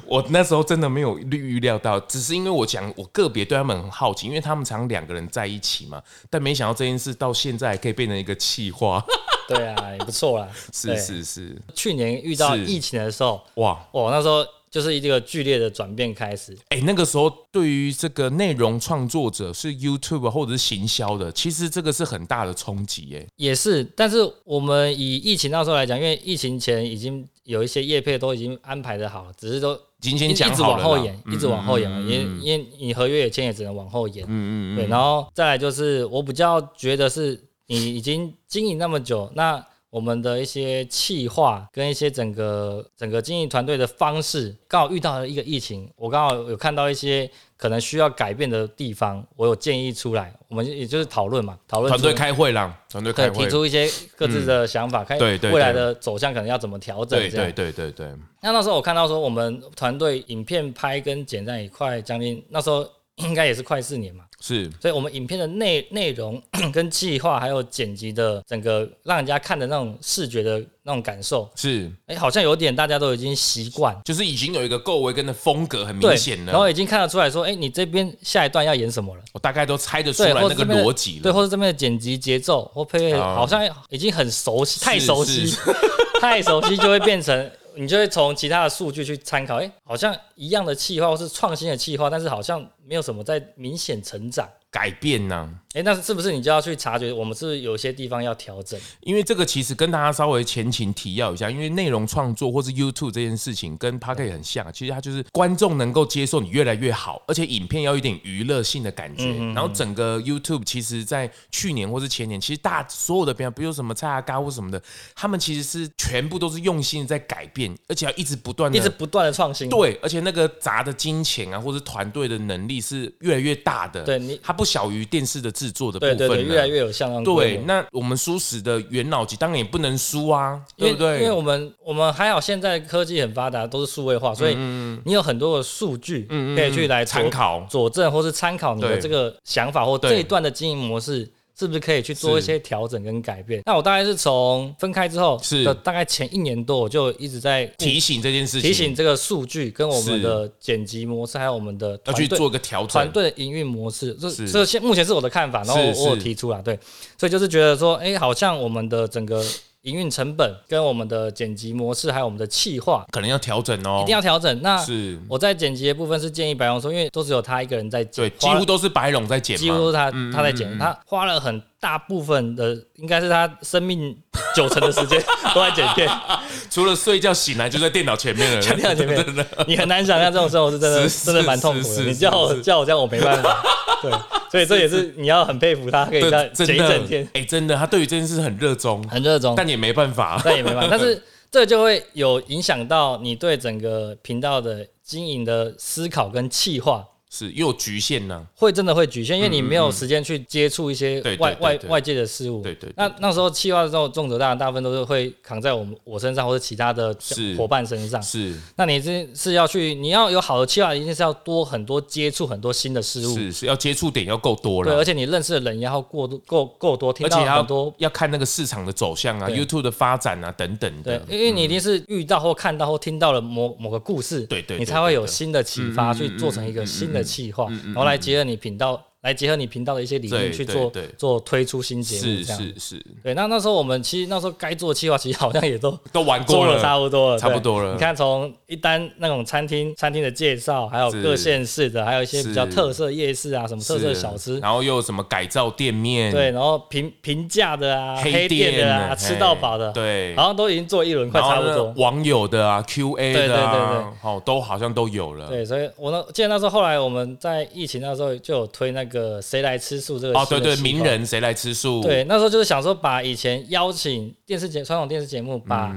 [SPEAKER 1] 我那时候真的没有预料到，只是因为我讲我个别对他们很好奇，因为他们常两个人在一起嘛，但没想到这件事到现在还可以变成一个气话。
[SPEAKER 2] 对啊，也不错啦。
[SPEAKER 1] 是
[SPEAKER 2] 对，
[SPEAKER 1] 是是，
[SPEAKER 2] 去年遇到
[SPEAKER 1] 是
[SPEAKER 2] 疫情的时候，
[SPEAKER 1] 哇，
[SPEAKER 2] 哇，那时候就是一个剧烈的转变开始。
[SPEAKER 1] 哎、那个时候对于这个内容创作者是 YouTube 或者是行销的，其实这个是很大的冲击，哎，
[SPEAKER 2] 也是，但是我们以疫情那时候来讲，因为疫情前已经有一些业配都已经安排的好了，只是都
[SPEAKER 1] 今
[SPEAKER 2] 一
[SPEAKER 1] 天
[SPEAKER 2] 一
[SPEAKER 1] 讲
[SPEAKER 2] 直
[SPEAKER 1] 好
[SPEAKER 2] 往
[SPEAKER 1] 了
[SPEAKER 2] 后
[SPEAKER 1] 啦嗯
[SPEAKER 2] 延，一直往后延，因因为你合约也签，也只能往后延。嗯嗯对，然后再来就是，我比较觉得是你已经经营那么久，那我们的一些企划跟一些整个整个经营团队的方式，刚好遇到了一个疫情，我刚好有看到一些可能需要改变的地方，我有建议出来，我们也就是讨论嘛，讨论
[SPEAKER 1] 团队
[SPEAKER 2] 出
[SPEAKER 1] 开会啦，团队
[SPEAKER 2] 对，
[SPEAKER 1] 开会嗯
[SPEAKER 2] 提，出一些各自的想法，看
[SPEAKER 1] 对对对
[SPEAKER 2] 未来的走向可能要怎么调整
[SPEAKER 1] 对
[SPEAKER 2] 这样
[SPEAKER 1] 对。对对对，
[SPEAKER 2] 那那时候我看到说，我们团队影片拍跟剪在一块将近，那时候应该也是快四年嘛，
[SPEAKER 1] 是
[SPEAKER 2] 所以我们影片的内内容 跟计划，还有剪辑的整个让人家看的那种视觉的那种感受，
[SPEAKER 1] 是，
[SPEAKER 2] 哎、好像有点大家都已经习惯。
[SPEAKER 1] 就是已经有一个够维根的风格很
[SPEAKER 2] 对
[SPEAKER 1] 明显，
[SPEAKER 2] 然后
[SPEAKER 1] 了，
[SPEAKER 2] 已经看得出来说，哎、你这边下一段要演什么了？
[SPEAKER 1] 我大概都猜得出
[SPEAKER 2] 对，
[SPEAKER 1] 来
[SPEAKER 2] 或
[SPEAKER 1] 那
[SPEAKER 2] 者
[SPEAKER 1] 个
[SPEAKER 2] 这边的
[SPEAKER 1] 逻辑
[SPEAKER 2] 对，
[SPEAKER 1] 了，
[SPEAKER 2] 或者这边的剪辑节奏或配乐，
[SPEAKER 1] 啊
[SPEAKER 2] 好像已经很熟悉，太熟悉
[SPEAKER 1] 是，
[SPEAKER 2] 太熟悉就会变成。你就会从其他的数据去参考，哎、好像一样的企划或是创新的企划，但是好像没有什么在明显成长，
[SPEAKER 1] 改变呢。
[SPEAKER 2] 哎、那是不是你就要去察觉我们是不是有些地方要调整？
[SPEAKER 1] 因为这个其实跟大家稍微前情提要一下，因为内容创作或是 YouTube 这件事情跟 p o c k e t 很像，其实它就是观众能够接受你越来越好，而且影片要有一点娱乐性的
[SPEAKER 2] 嗯
[SPEAKER 1] 感觉。然后整个 YouTube 其实在去年或是前年，其实大所有的平台，比如什么蔡阿嘎或什么的，他们其实是全部都是用心地在改变，而且要一直不断的
[SPEAKER 2] 一直不断的创
[SPEAKER 1] 嗯
[SPEAKER 2] 新，
[SPEAKER 1] 对，而且那个砸的金钱啊，或者团队的能力是越来越大的，
[SPEAKER 2] 对你
[SPEAKER 1] 它不小于电视的制作的部
[SPEAKER 2] 对
[SPEAKER 1] 分啊
[SPEAKER 2] 对对，
[SPEAKER 1] 了
[SPEAKER 2] 越来越有像样规模。
[SPEAKER 1] 对。那我们舒适的元老级当然也不能输啊，
[SPEAKER 2] 因
[SPEAKER 1] 对
[SPEAKER 2] 为
[SPEAKER 1] 不对？
[SPEAKER 2] 因为我们我们还好，现在科技很发达，都是数位化，所
[SPEAKER 1] 嗯
[SPEAKER 2] 以你有很多的数据可以去来佐
[SPEAKER 1] 参考
[SPEAKER 2] 佐证，或是参考你的
[SPEAKER 1] 对
[SPEAKER 2] 这个想法或
[SPEAKER 1] 对
[SPEAKER 2] 这一段的经营模式。是不是可以去做一些调整跟改变？那我大概是从分开之后
[SPEAKER 1] 是
[SPEAKER 2] 的大概前一年多，我就一直在
[SPEAKER 1] 提醒这件事情，
[SPEAKER 2] 提醒这个数据跟我们的剪辑模式，还有我们的
[SPEAKER 1] 要
[SPEAKER 2] 团
[SPEAKER 1] 去
[SPEAKER 2] 队
[SPEAKER 1] 做个调
[SPEAKER 2] 团
[SPEAKER 1] 整。
[SPEAKER 2] 队的营运模式，这
[SPEAKER 1] 是
[SPEAKER 2] 这现目前是我的看法，然后
[SPEAKER 1] 是
[SPEAKER 2] 我我有
[SPEAKER 1] 是
[SPEAKER 2] 提出来，对，所以就是觉得说，哎、好像我们的整个营运成本跟我们的剪辑模式，还有我们的企划，
[SPEAKER 1] 可能要调整哦，
[SPEAKER 2] 一定要啊调整。那
[SPEAKER 1] 是
[SPEAKER 2] 我在剪辑的部分是建议白龙说，因为都只有他一个人在剪
[SPEAKER 1] 对，，几
[SPEAKER 2] 花
[SPEAKER 1] 乎
[SPEAKER 2] 了
[SPEAKER 1] 都是白龙在剪嗯
[SPEAKER 2] 几乎都
[SPEAKER 1] 嘛，
[SPEAKER 2] 是他他在剪，他花了很大部分的，应该是他生命九成的时间 都在剪片，
[SPEAKER 1] 除了睡觉醒来就在电脑前面了，
[SPEAKER 2] 在电脑前面
[SPEAKER 1] 真的
[SPEAKER 2] 你很难想象这种生活是真的
[SPEAKER 1] 是是
[SPEAKER 2] 真的蛮痛苦
[SPEAKER 1] 是
[SPEAKER 2] 的。
[SPEAKER 1] 是
[SPEAKER 2] 你叫我
[SPEAKER 1] 是
[SPEAKER 2] 叫我这样，我没办法。对，所以这也是你要很佩服他，可以这样
[SPEAKER 1] 真
[SPEAKER 2] 剪一
[SPEAKER 1] 的
[SPEAKER 2] 整天。
[SPEAKER 1] 哎，真的，他对于这件事很热衷，
[SPEAKER 2] 很热衷，
[SPEAKER 1] 但也没办法。啊
[SPEAKER 2] 但也没办法。但是这就会有影响到你对整个频道的经营的思考跟企划，
[SPEAKER 1] 是又有局限呢、
[SPEAKER 2] 会真的会局限，因为你没有时间去接触一些
[SPEAKER 1] 嗯对对
[SPEAKER 2] 外
[SPEAKER 1] 对
[SPEAKER 2] 外
[SPEAKER 1] 对
[SPEAKER 2] 外界的事物。
[SPEAKER 1] 对对对
[SPEAKER 2] 那那时候企划的时候，重责大大部分都是会扛在我们我身上或者其他的
[SPEAKER 1] 是
[SPEAKER 2] 伙伴身上。
[SPEAKER 1] 是
[SPEAKER 2] 那你这是要去，你要有好的企划，一定是要多很多接触很多新的事物。
[SPEAKER 1] 是是，要接触点要够多
[SPEAKER 2] 对，
[SPEAKER 1] 了
[SPEAKER 2] 而。且你认识的人也要过多够够多，听
[SPEAKER 1] 而且
[SPEAKER 2] 到
[SPEAKER 1] 还
[SPEAKER 2] 很多
[SPEAKER 1] 要要看那个市场的走向啊
[SPEAKER 2] 对
[SPEAKER 1] ，YouTube 的发展啊等等
[SPEAKER 2] 对
[SPEAKER 1] 的，。
[SPEAKER 2] 因为你一定是遇到或看到或听到了某某个故事，
[SPEAKER 1] 对对对
[SPEAKER 2] 你才会有新的启发，去做成一个新的企划，然后来结合你频道，来结合你频道的一些理
[SPEAKER 1] 对
[SPEAKER 2] 念去做
[SPEAKER 1] 对对
[SPEAKER 2] 做推出新节目
[SPEAKER 1] 是
[SPEAKER 2] 这样。
[SPEAKER 1] 是是，
[SPEAKER 2] 对，那那时候我们其实那时候该做的企划，其实好像也都
[SPEAKER 1] 都玩
[SPEAKER 2] 做
[SPEAKER 1] 过
[SPEAKER 2] 了差
[SPEAKER 1] 了，
[SPEAKER 2] 不多了，
[SPEAKER 1] 差不
[SPEAKER 2] 对
[SPEAKER 1] 多了
[SPEAKER 2] 你看，从一单那种餐厅、餐厅的介绍，还有
[SPEAKER 1] 是
[SPEAKER 2] 各县市的，还有一些比较
[SPEAKER 1] 是
[SPEAKER 2] 特色夜市啊，什么特色
[SPEAKER 1] 是
[SPEAKER 2] 小吃，
[SPEAKER 1] 然后又有什么改造店面，
[SPEAKER 2] 对，，然后平平价的啊，黑店的啊，
[SPEAKER 1] 嘿
[SPEAKER 2] 吃到饱的，
[SPEAKER 1] 对，
[SPEAKER 2] 好像都已经做一轮，快
[SPEAKER 1] 然后
[SPEAKER 2] 差不
[SPEAKER 1] 呢
[SPEAKER 2] 多。
[SPEAKER 1] 网友的啊，QA
[SPEAKER 2] 对对
[SPEAKER 1] 的
[SPEAKER 2] 对
[SPEAKER 1] 啊，哦，都好像都有了。
[SPEAKER 2] 对，所以我那记得那时候，后来我们在疫情那时候就有推那个“谁来吃素”这个
[SPEAKER 1] 哦，对
[SPEAKER 2] 新的
[SPEAKER 1] 对，
[SPEAKER 2] 计划
[SPEAKER 1] 名人谁来吃素？嗯
[SPEAKER 2] 对，那时候就是想说把以前邀请电视节传统电视节目，把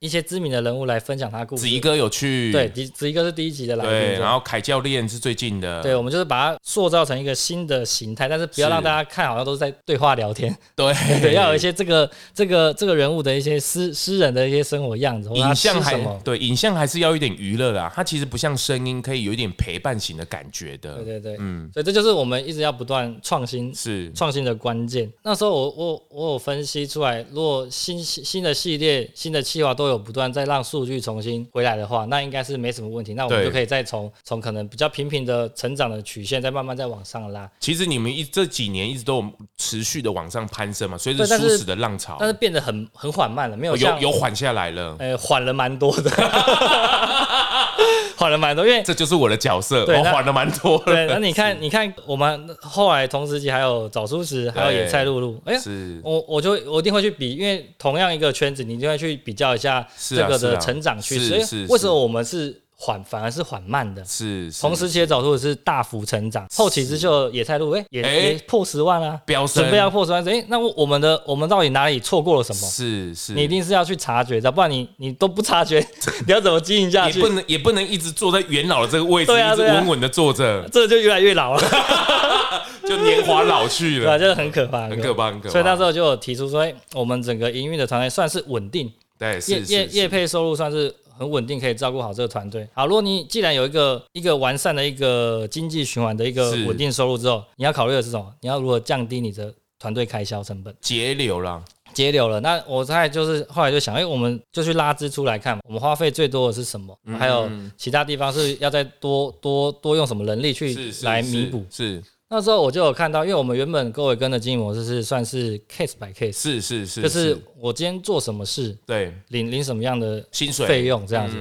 [SPEAKER 2] 一些知名的人物来分享他故事。
[SPEAKER 1] 子怡哥有去，
[SPEAKER 2] 对，第子怡哥是第一集的来宾
[SPEAKER 1] 对，
[SPEAKER 2] 这样，
[SPEAKER 1] 然后凯教练是最近的，
[SPEAKER 2] 对，我们就是把它塑造成一个新的形态，但是不要
[SPEAKER 1] 是
[SPEAKER 2] 让大家看好像都是在对话聊天，
[SPEAKER 1] 对
[SPEAKER 2] 对，要有一 些这个这个这个人物的一些私私人的一些生活样子，或者他
[SPEAKER 1] 影
[SPEAKER 2] 吃
[SPEAKER 1] 像
[SPEAKER 2] 什
[SPEAKER 1] 还
[SPEAKER 2] 么。
[SPEAKER 1] 对影像还是要有一点娱乐啦，它其实不像声音可以有一点陪伴型的感觉
[SPEAKER 2] 对
[SPEAKER 1] 的，
[SPEAKER 2] 对对，
[SPEAKER 1] 嗯，
[SPEAKER 2] 所以这就是我们一直要不断创新
[SPEAKER 1] 是
[SPEAKER 2] 创新的关键。那时候我我我有分析出来，如果新新的系列、新的计划都有不断再让数据重新回来的话，那应该是没什么问题。那我们
[SPEAKER 1] 对
[SPEAKER 2] 就可以再从从可能比较平平的成长的曲线，再慢慢再往上拉。
[SPEAKER 1] 其实你们一这几年一直都有持续的往上攀升嘛，随着
[SPEAKER 2] 对但
[SPEAKER 1] 舒
[SPEAKER 2] 是
[SPEAKER 1] 适的浪潮，
[SPEAKER 2] 但是变得很很缓慢了，没有
[SPEAKER 1] 哦有
[SPEAKER 2] 像
[SPEAKER 1] 有缓下来了，
[SPEAKER 2] 呃缓了蛮多的， 缓了蛮多，因为
[SPEAKER 1] 这就是我的角色，
[SPEAKER 2] 对
[SPEAKER 1] 我
[SPEAKER 2] 那
[SPEAKER 1] 缓了蛮多了，
[SPEAKER 2] 对，那你 看你看我们后来同时期还有早熟时，还有野菜露露，哎 呀，
[SPEAKER 1] 是
[SPEAKER 2] 我我就我一定会去比，因为同样一个圈子，你就会去比较一下
[SPEAKER 1] 是
[SPEAKER 2] 这
[SPEAKER 1] 啊
[SPEAKER 2] 个
[SPEAKER 1] 是
[SPEAKER 2] 的
[SPEAKER 1] 啊
[SPEAKER 2] 成长趋势。
[SPEAKER 1] 是
[SPEAKER 2] 因为
[SPEAKER 1] 是
[SPEAKER 2] 为什么我们是缓，反而是缓慢的？
[SPEAKER 1] 是，是
[SPEAKER 2] 同时期的早出是大幅成长，后起之秀野菜路哎、也、
[SPEAKER 1] 哎
[SPEAKER 2] 也破十万啊，
[SPEAKER 1] 飙升
[SPEAKER 2] 准备要破十万，哎、那我我们的我们到底哪里错过了什么？
[SPEAKER 1] 是是，
[SPEAKER 2] 你一定是要去察觉的，不然你你都不察觉， 你要怎么经营下
[SPEAKER 1] 也
[SPEAKER 2] 去
[SPEAKER 1] 不？能也不能一直坐在元老的这个位置，
[SPEAKER 2] 对啊
[SPEAKER 1] 一直
[SPEAKER 2] 对啊
[SPEAKER 1] 稳稳的坐着，
[SPEAKER 2] 这就越来越老了，
[SPEAKER 1] 就年华老去
[SPEAKER 2] 对吧、
[SPEAKER 1] 了，
[SPEAKER 2] 就是很可怕，
[SPEAKER 1] 啊 很可怕，很可怕。
[SPEAKER 2] 所以那时候就有提出说，哎、我们整个营运的团队算是稳定，
[SPEAKER 1] 对
[SPEAKER 2] 业
[SPEAKER 1] 是
[SPEAKER 2] 业
[SPEAKER 1] 是
[SPEAKER 2] 业
[SPEAKER 1] 是
[SPEAKER 2] 配收入算是很稳定，可以照顾好这个团队。好，如果你既然有一个一个完善的一个经济循环的一个
[SPEAKER 1] 是
[SPEAKER 2] 稳定收入之后，你要考虑的是什么？你要如何降低你的团队开销成本？
[SPEAKER 1] 节流啦，
[SPEAKER 2] 节流了，那我大概就是后来就想，哎、我们就去拉支出来看，我们花费最多的是什么？
[SPEAKER 1] 嗯
[SPEAKER 2] 还有其他地方是要再多多多用什么人力去
[SPEAKER 1] 是是
[SPEAKER 2] 来
[SPEAKER 1] 是
[SPEAKER 2] 弥补？
[SPEAKER 1] 是
[SPEAKER 2] 那时候我就有看到，因为我们原本各位跟的经营模式是算是 case by case，
[SPEAKER 1] 是是是，
[SPEAKER 2] 就是我今天做什么事，
[SPEAKER 1] 对
[SPEAKER 2] 领领什么样的
[SPEAKER 1] 薪水嗯
[SPEAKER 2] 费用这样子。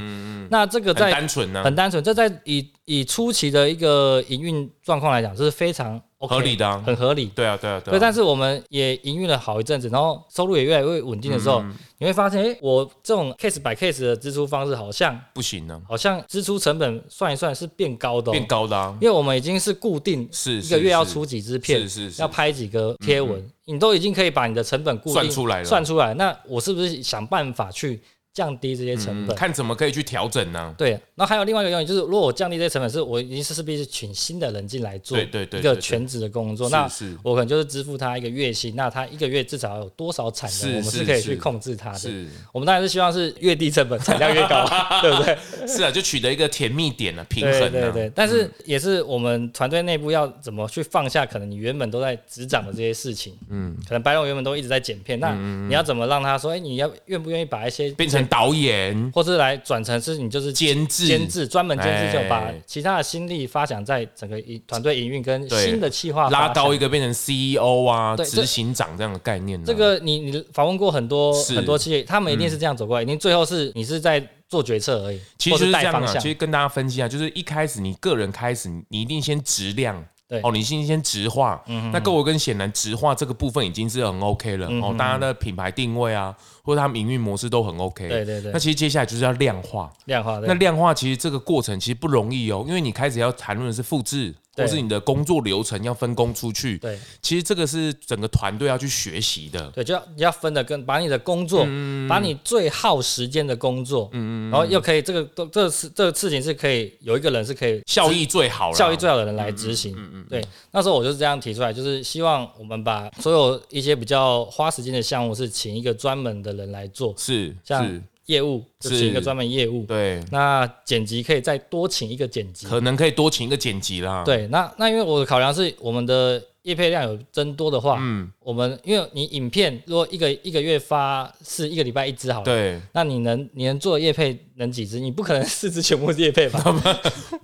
[SPEAKER 2] 那这个
[SPEAKER 1] 很
[SPEAKER 2] 在
[SPEAKER 1] 单纯啊呢，
[SPEAKER 2] 很单纯，这在以以初期的一个营运状况来讲，这是非常 OK,
[SPEAKER 1] 合理的啊
[SPEAKER 2] 很合理。
[SPEAKER 1] 对啊对啊
[SPEAKER 2] 对，
[SPEAKER 1] 对啊，
[SPEAKER 2] 但是我们也营运了好一阵子，然后收入也越来越稳定的时候，
[SPEAKER 1] 嗯
[SPEAKER 2] 你会发现，哎、我这种 case by case 的支出方式，好像
[SPEAKER 1] 不行呢，
[SPEAKER 2] 好像支出成本算一算是变高的、哦，
[SPEAKER 1] 变高的啊，
[SPEAKER 2] 因为我们已经是固定
[SPEAKER 1] 是
[SPEAKER 2] 一个月要
[SPEAKER 1] 是
[SPEAKER 2] 出几支片，
[SPEAKER 1] 是是是嗯
[SPEAKER 2] 要拍几个贴文，你都已经可以把你的成本固定
[SPEAKER 1] 算出来了
[SPEAKER 2] 算出来，那我是不是想办法去降低这些成
[SPEAKER 1] 嗯
[SPEAKER 2] 本？
[SPEAKER 1] 看怎么可以去调整啊呢？
[SPEAKER 2] 对，然后还有另外一个原因就是，如果我降低这些成本，是我一定是势必是请新的人进来做
[SPEAKER 1] 对对对对
[SPEAKER 2] 一个
[SPEAKER 1] 对
[SPEAKER 2] 全职的工作，
[SPEAKER 1] 是
[SPEAKER 2] 那
[SPEAKER 1] 是
[SPEAKER 2] 我可能就是支付他一个月薪，那他一个月至少有多少产
[SPEAKER 1] 是
[SPEAKER 2] 能，我们
[SPEAKER 1] 是
[SPEAKER 2] 是可以
[SPEAKER 1] 是
[SPEAKER 2] 去控制他的。
[SPEAKER 1] 是
[SPEAKER 2] 我们当然是希望是越低成本，产量越高 啊，对不对？
[SPEAKER 1] 是啊，就取得一个甜蜜点呢，平
[SPEAKER 2] 对
[SPEAKER 1] 衡啊嗯
[SPEAKER 2] 对
[SPEAKER 1] 呢，
[SPEAKER 2] 对，但是也是我们团队内部要怎么去放下，可能你原本都在执掌的这些事情，嗯，可能白龙原本都一直在剪片，那你要怎么让他说，哎，你要愿不愿意把一些
[SPEAKER 1] 嗯变成导演
[SPEAKER 2] 或是来转成是你就是
[SPEAKER 1] 监制
[SPEAKER 2] 监制专门监制就把
[SPEAKER 1] 哎
[SPEAKER 2] 其他的心力发想在整个营团队营运跟
[SPEAKER 1] 对
[SPEAKER 2] 新的企划发
[SPEAKER 1] 拉
[SPEAKER 2] 想
[SPEAKER 1] 高一个变成 CEO 啊，
[SPEAKER 2] 对这
[SPEAKER 1] 执行长这样的概念啊呢，
[SPEAKER 2] 这个你你访问过很多
[SPEAKER 1] 是
[SPEAKER 2] 很多企业，他们一定是这样走过来，一定最后是你是在做决策而已，
[SPEAKER 1] 其
[SPEAKER 2] 或
[SPEAKER 1] 实就是是
[SPEAKER 2] 带
[SPEAKER 1] 这样
[SPEAKER 2] 方
[SPEAKER 1] 啊，
[SPEAKER 2] 向
[SPEAKER 1] 其，实跟大家分析啊，就是一开始你个人开始，你你一定先质量。
[SPEAKER 2] 对嗯
[SPEAKER 1] 哦，你先先直化，那各位跟显然直化这个部分已经是很 OK 了、哦，
[SPEAKER 2] 嗯
[SPEAKER 1] 大家的品牌定位啊，或者他们营运模式都很 OK。
[SPEAKER 2] 对对对
[SPEAKER 1] 那其实接下来就是要量化，
[SPEAKER 2] 量化
[SPEAKER 1] 那
[SPEAKER 2] 的，
[SPEAKER 1] 量化其实这个过程其实不容易哦，因为你开始要谈论的是复制，
[SPEAKER 2] 对
[SPEAKER 1] 或是你的工作流程要分工出去。
[SPEAKER 2] 对
[SPEAKER 1] 其实这个是整个团队要去学习的。
[SPEAKER 2] 对，就要你要分的跟把你的工作，
[SPEAKER 1] 嗯
[SPEAKER 2] 把你最耗时间的工作，然后又可以这个都这个事这个事情是可以有一个人是可以
[SPEAKER 1] 效益最好啦，
[SPEAKER 2] 效益最好的人来执行。对，那时候我就是这样提出来，就是希望我们把所有一些比较花时间的项目是请一个专门的人来做，
[SPEAKER 1] 是
[SPEAKER 2] 像
[SPEAKER 1] 是，
[SPEAKER 2] 业务就是请一个专门业务，
[SPEAKER 1] 对，
[SPEAKER 2] 那剪辑可以再多请一个剪辑。
[SPEAKER 1] 可能可以多请一个剪辑啦。
[SPEAKER 2] 对，那那因为我的考量是我们的业配量有增多的话，我们因为你影片如果一个一个月发是一个礼拜一支好了。
[SPEAKER 1] 对，
[SPEAKER 2] 那你能你能做的业配能几支？你不可能四支全部是业配吧？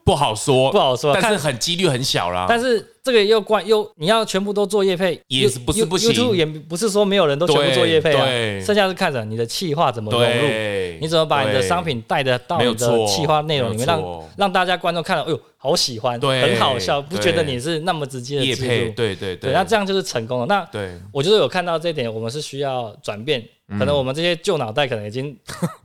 [SPEAKER 1] 不好说，
[SPEAKER 2] 不好说
[SPEAKER 1] 但是很几率很小啦。
[SPEAKER 2] 但是这个又关又你要全部都做业配，
[SPEAKER 1] 也是不是不行
[SPEAKER 2] y o 也不是说没有人都全部做业配
[SPEAKER 1] 对
[SPEAKER 2] 啊，
[SPEAKER 1] 对
[SPEAKER 2] 剩下是看着你的企划怎么融入，
[SPEAKER 1] 对，
[SPEAKER 2] 你怎么把你的
[SPEAKER 1] 对
[SPEAKER 2] 商？品带的到
[SPEAKER 1] 没有
[SPEAKER 2] 你的
[SPEAKER 1] 错
[SPEAKER 2] 企划内容里面，
[SPEAKER 1] 没有
[SPEAKER 2] 让
[SPEAKER 1] 错
[SPEAKER 2] 让大家观众看到，哎呦，好喜欢，
[SPEAKER 1] 对
[SPEAKER 2] 很好笑，不觉得
[SPEAKER 1] 对
[SPEAKER 2] 你是那么直接的
[SPEAKER 1] 业
[SPEAKER 2] 记
[SPEAKER 1] 配，
[SPEAKER 2] 录。
[SPEAKER 1] 对对
[SPEAKER 2] 对，那这样就是成功了。那
[SPEAKER 1] 对
[SPEAKER 2] 我就是有看到这一点，我们是需要转变，可能我们这些旧脑袋可能已经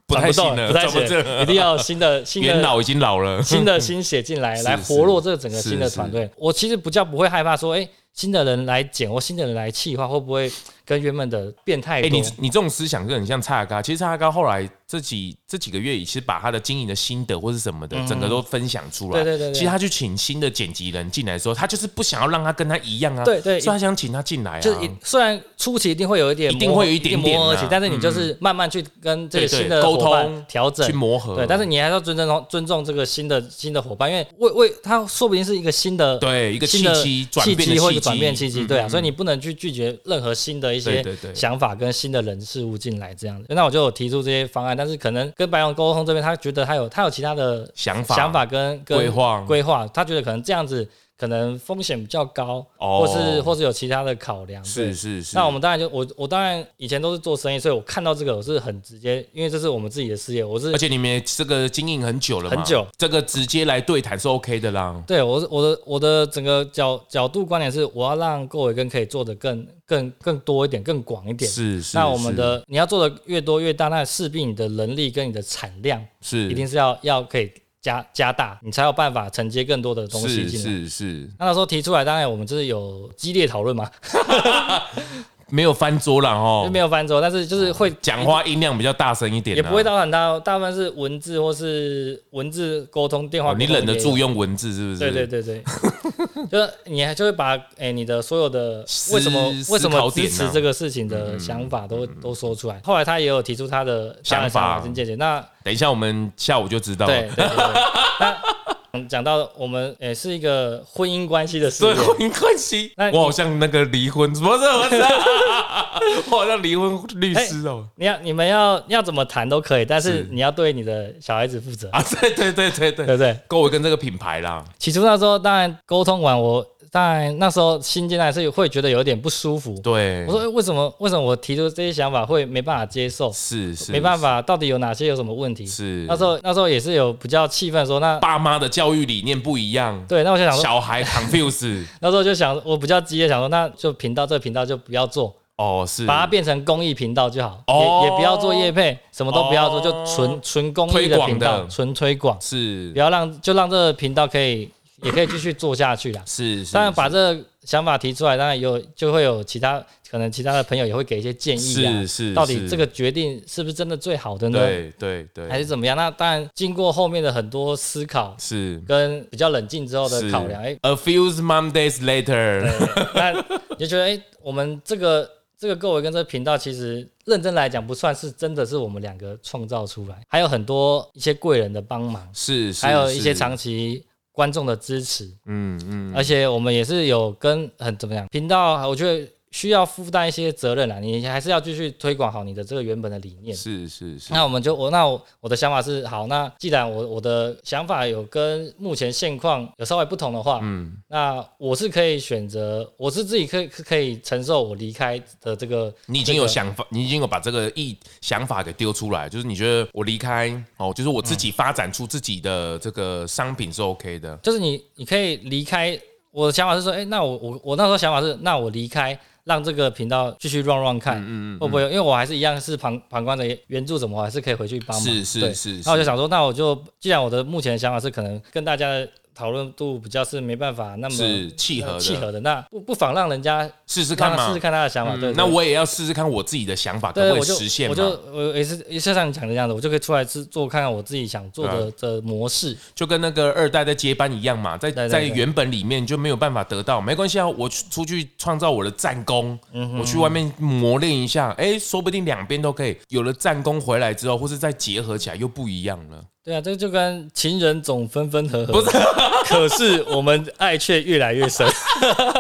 [SPEAKER 1] 不
[SPEAKER 2] 转
[SPEAKER 1] 太
[SPEAKER 2] 动
[SPEAKER 1] 行了
[SPEAKER 2] 不太
[SPEAKER 1] 转不
[SPEAKER 2] 行了，一定要新的新 的
[SPEAKER 1] 元老已经老了，
[SPEAKER 2] 新的心血进来，
[SPEAKER 1] 是
[SPEAKER 2] 来活络这个整个新的
[SPEAKER 1] 是是
[SPEAKER 2] 团队。我其实不叫不会害怕说，哎、新的人来剪或新的人来企划，会不会跟原本的变太
[SPEAKER 1] 哎、
[SPEAKER 2] 多。
[SPEAKER 1] 你你这种思想就很像蔡阿嘎。其实蔡阿嘎后来这几这几个月，其实把他的经营的心得或是什么的，整个都分享出来。
[SPEAKER 2] 嗯对对对对
[SPEAKER 1] 其实他去请新的剪辑人进来的时候，他就是不想要让他跟他一样啊。
[SPEAKER 2] 对对
[SPEAKER 1] 所以他想请他进来啊。
[SPEAKER 2] 就是一虽然初期一定会有一点
[SPEAKER 1] 一定
[SPEAKER 2] 磨
[SPEAKER 1] 会有一点点啊
[SPEAKER 2] 磨合期，但是你就是慢慢去跟这
[SPEAKER 1] 对
[SPEAKER 2] 个
[SPEAKER 1] 对
[SPEAKER 2] 新的
[SPEAKER 1] 沟
[SPEAKER 2] 伙伴
[SPEAKER 1] 通
[SPEAKER 2] 调整
[SPEAKER 1] 去磨合。
[SPEAKER 2] 对，但是你还是要尊重尊重这个新的新的伙伴，因为为为他说不定是一个新的
[SPEAKER 1] 对一个
[SPEAKER 2] 新的
[SPEAKER 1] 契机转变的
[SPEAKER 2] 契机或者
[SPEAKER 1] 契机
[SPEAKER 2] 转变契机，对
[SPEAKER 1] 嗯
[SPEAKER 2] 啊，
[SPEAKER 1] 嗯
[SPEAKER 2] 所以你不能去拒绝任何新的一些
[SPEAKER 1] 对对对
[SPEAKER 2] 想法跟新的人事物进来这样子。那我就有提出这些方案，但是可能跟白龙沟通这边，他觉得他有他有其他的
[SPEAKER 1] 想法
[SPEAKER 2] 想法跟跟
[SPEAKER 1] 规划
[SPEAKER 2] 规划，他觉得可能这样子可能风险比较高，
[SPEAKER 1] 哦
[SPEAKER 2] 或是或是有其他的考量，对
[SPEAKER 1] 是是是。
[SPEAKER 2] 那我们当然就我我当然以前都是做生意，所以我看到这个我是很直接，因为这是我们自己的事业，我是
[SPEAKER 1] 而且你们也这个经营很久了嘛，
[SPEAKER 2] 很久，
[SPEAKER 1] 这个直接来对谈是 OK 的啦。
[SPEAKER 2] 对我是我的我的整个角角度观点是，我要让各位跟可以做的更更更多一点，更广一点。
[SPEAKER 1] 是是。
[SPEAKER 2] 那我们的你要做的越多越大，那势必你的能力跟你的产量
[SPEAKER 1] 是
[SPEAKER 2] 一定是要要可以加加大，你才有办法承接更多的东西
[SPEAKER 1] 是
[SPEAKER 2] 进来。
[SPEAKER 1] 是是，
[SPEAKER 2] 那那时候提出来，当然我们就是有激烈讨论嘛，
[SPEAKER 1] 没有翻桌了
[SPEAKER 2] 就
[SPEAKER 1] 哦
[SPEAKER 2] 没。有翻桌，但是就是会
[SPEAKER 1] 讲话音量比较大声一点啊，
[SPEAKER 2] 也不会到很大，哦大部分是文字或是文字沟通、电话
[SPEAKER 1] 哦
[SPEAKER 2] 沟通
[SPEAKER 1] 你
[SPEAKER 2] 也有、
[SPEAKER 1] 忍得住用文字是不是？
[SPEAKER 2] 对对对对， 就是你还就会把哎、你的所有的
[SPEAKER 1] 思
[SPEAKER 2] 为什么
[SPEAKER 1] 思
[SPEAKER 2] 为什
[SPEAKER 1] 考
[SPEAKER 2] 么
[SPEAKER 1] 点
[SPEAKER 2] 支
[SPEAKER 1] 啊嗯
[SPEAKER 2] 持这个事情的想法都、都说出来。后来他也有提出他的他的
[SPEAKER 1] 想法哦
[SPEAKER 2] 法跟见解。那
[SPEAKER 1] 等一下我们下午就知道了。
[SPEAKER 2] 对 对对对，那嗯讲到我们哎、是一个婚姻关系的事
[SPEAKER 1] 所以
[SPEAKER 2] 业，
[SPEAKER 1] 婚姻关系，
[SPEAKER 2] 那你
[SPEAKER 1] 我好像那个离婚，不是不 是，啊 我好像离婚律师哦。
[SPEAKER 2] 你要你们要要怎么谈都可以，但是
[SPEAKER 1] 是
[SPEAKER 2] 你要对你的小孩子负责，
[SPEAKER 1] 啊，对对对对
[SPEAKER 2] 哎对
[SPEAKER 1] 对，
[SPEAKER 2] 不对？
[SPEAKER 1] 够我跟这个品牌啦，
[SPEAKER 2] 起初那时候当然沟通完我，当然那时候新进来是会觉得有点不舒服。
[SPEAKER 1] 对
[SPEAKER 2] 我，说、诶哎为什么为什么我提出这些想法会没办法接受？
[SPEAKER 1] 是是，
[SPEAKER 2] 没办法，到底有哪些有什么问题？
[SPEAKER 1] 是
[SPEAKER 2] 那时候那时候也是有比较气愤说那
[SPEAKER 1] 爸妈的教育理念不一样，
[SPEAKER 2] 对，那我就想说
[SPEAKER 1] 小孩 confuse
[SPEAKER 2] 那时候就想我比较激烈想说那就频道这个频道就不要做，
[SPEAKER 1] 哦，是
[SPEAKER 2] 把它变成公益频道就好，
[SPEAKER 1] 哦
[SPEAKER 2] 也也不要做业配，什么都不要做，
[SPEAKER 1] 哦
[SPEAKER 2] 就纯纯公益
[SPEAKER 1] 推
[SPEAKER 2] 的
[SPEAKER 1] 广
[SPEAKER 2] 频道，
[SPEAKER 1] 的
[SPEAKER 2] 纯推广，
[SPEAKER 1] 是
[SPEAKER 2] 不要让就让这个频道可以也可以继续做下去啦。
[SPEAKER 1] 是是，
[SPEAKER 2] 当然把这个想法提出来，当然有就会有其他可能其他的朋友也会给一些建议啊
[SPEAKER 1] 是，是
[SPEAKER 2] 到底
[SPEAKER 1] 是
[SPEAKER 2] 这个决定是不是真的最好的呢？
[SPEAKER 1] 对对对，
[SPEAKER 2] 还是怎么样？那当然，经过后面的很多思考
[SPEAKER 1] 是
[SPEAKER 2] 跟比较冷静之后的
[SPEAKER 1] 是
[SPEAKER 2] 考量，哎、
[SPEAKER 1] A few Mondays later，
[SPEAKER 2] 那你就觉得，哎、我们这个这个各位跟这个频道，其实认真来讲，不算是真的是我们两个创造出来，还有很多一些贵人的帮忙，
[SPEAKER 1] 是是
[SPEAKER 2] 还有一些
[SPEAKER 1] 是
[SPEAKER 2] 长呃期观众的支持，
[SPEAKER 1] 嗯嗯，
[SPEAKER 2] 而且我们也是有跟很怎么样频道，我觉得。需要负担一些责任啦，你还是要继续推广好你的这个原本的理念。
[SPEAKER 1] 是是是，
[SPEAKER 2] 那我们就我那我我的想法是好，那既然我我的想法有跟目前现况有稍微不同的话，
[SPEAKER 1] 嗯，
[SPEAKER 2] 那我是可以选择，我是自己可以可以承受我离开的这个。
[SPEAKER 1] 你已经有
[SPEAKER 2] 这个
[SPEAKER 1] 想法，你已经有把这个意想法给丢出来，就是你觉得我离开哦，就是我自
[SPEAKER 2] 嗯
[SPEAKER 1] 己发展出自己的这个商品是 OK 的，
[SPEAKER 2] 就是你你可以离开。我的想法是说，哎、那我我我那时候想法是，那我离开，让这个频道继续 run run 看，
[SPEAKER 1] 嗯
[SPEAKER 2] 会不会有？因为我还是一样是旁旁观的原著什么，我还是可以回去帮忙。
[SPEAKER 1] 是是
[SPEAKER 2] 对
[SPEAKER 1] 是
[SPEAKER 2] 那我就是想说，那我就既然我的目前的想法是，可能跟大家的讨论度比较是没办法那么
[SPEAKER 1] 是契合的
[SPEAKER 2] 呃契合的，那不不妨让人家
[SPEAKER 1] 试试
[SPEAKER 2] 让
[SPEAKER 1] 看
[SPEAKER 2] 他试
[SPEAKER 1] 嘛
[SPEAKER 2] 试。看他的想法。
[SPEAKER 1] 嗯
[SPEAKER 2] 对，对
[SPEAKER 1] 那我也要试试看我自己的想法可
[SPEAKER 2] 对，
[SPEAKER 1] 不可
[SPEAKER 2] 我
[SPEAKER 1] 以
[SPEAKER 2] 就
[SPEAKER 1] 实现
[SPEAKER 2] 我
[SPEAKER 1] 嘛？
[SPEAKER 2] 就我也是也是像你讲的这样子，我就可以出来制做看看我自己想做
[SPEAKER 1] 啊
[SPEAKER 2] 的的模式。
[SPEAKER 1] 就跟那个二代在接班一样嘛，在
[SPEAKER 2] 对对
[SPEAKER 1] 在
[SPEAKER 2] 对
[SPEAKER 1] 原本里面就没有办法得到，没关系啊，我去出去创造我的战功，
[SPEAKER 2] 嗯
[SPEAKER 1] 我去外面磨练一下，哎，说不定两边都可以有了战功回来之后，或是再结合起来又不一样了。
[SPEAKER 2] 对啊，这就跟情人总分分合合，不是？ 可是我们爱却越来越深。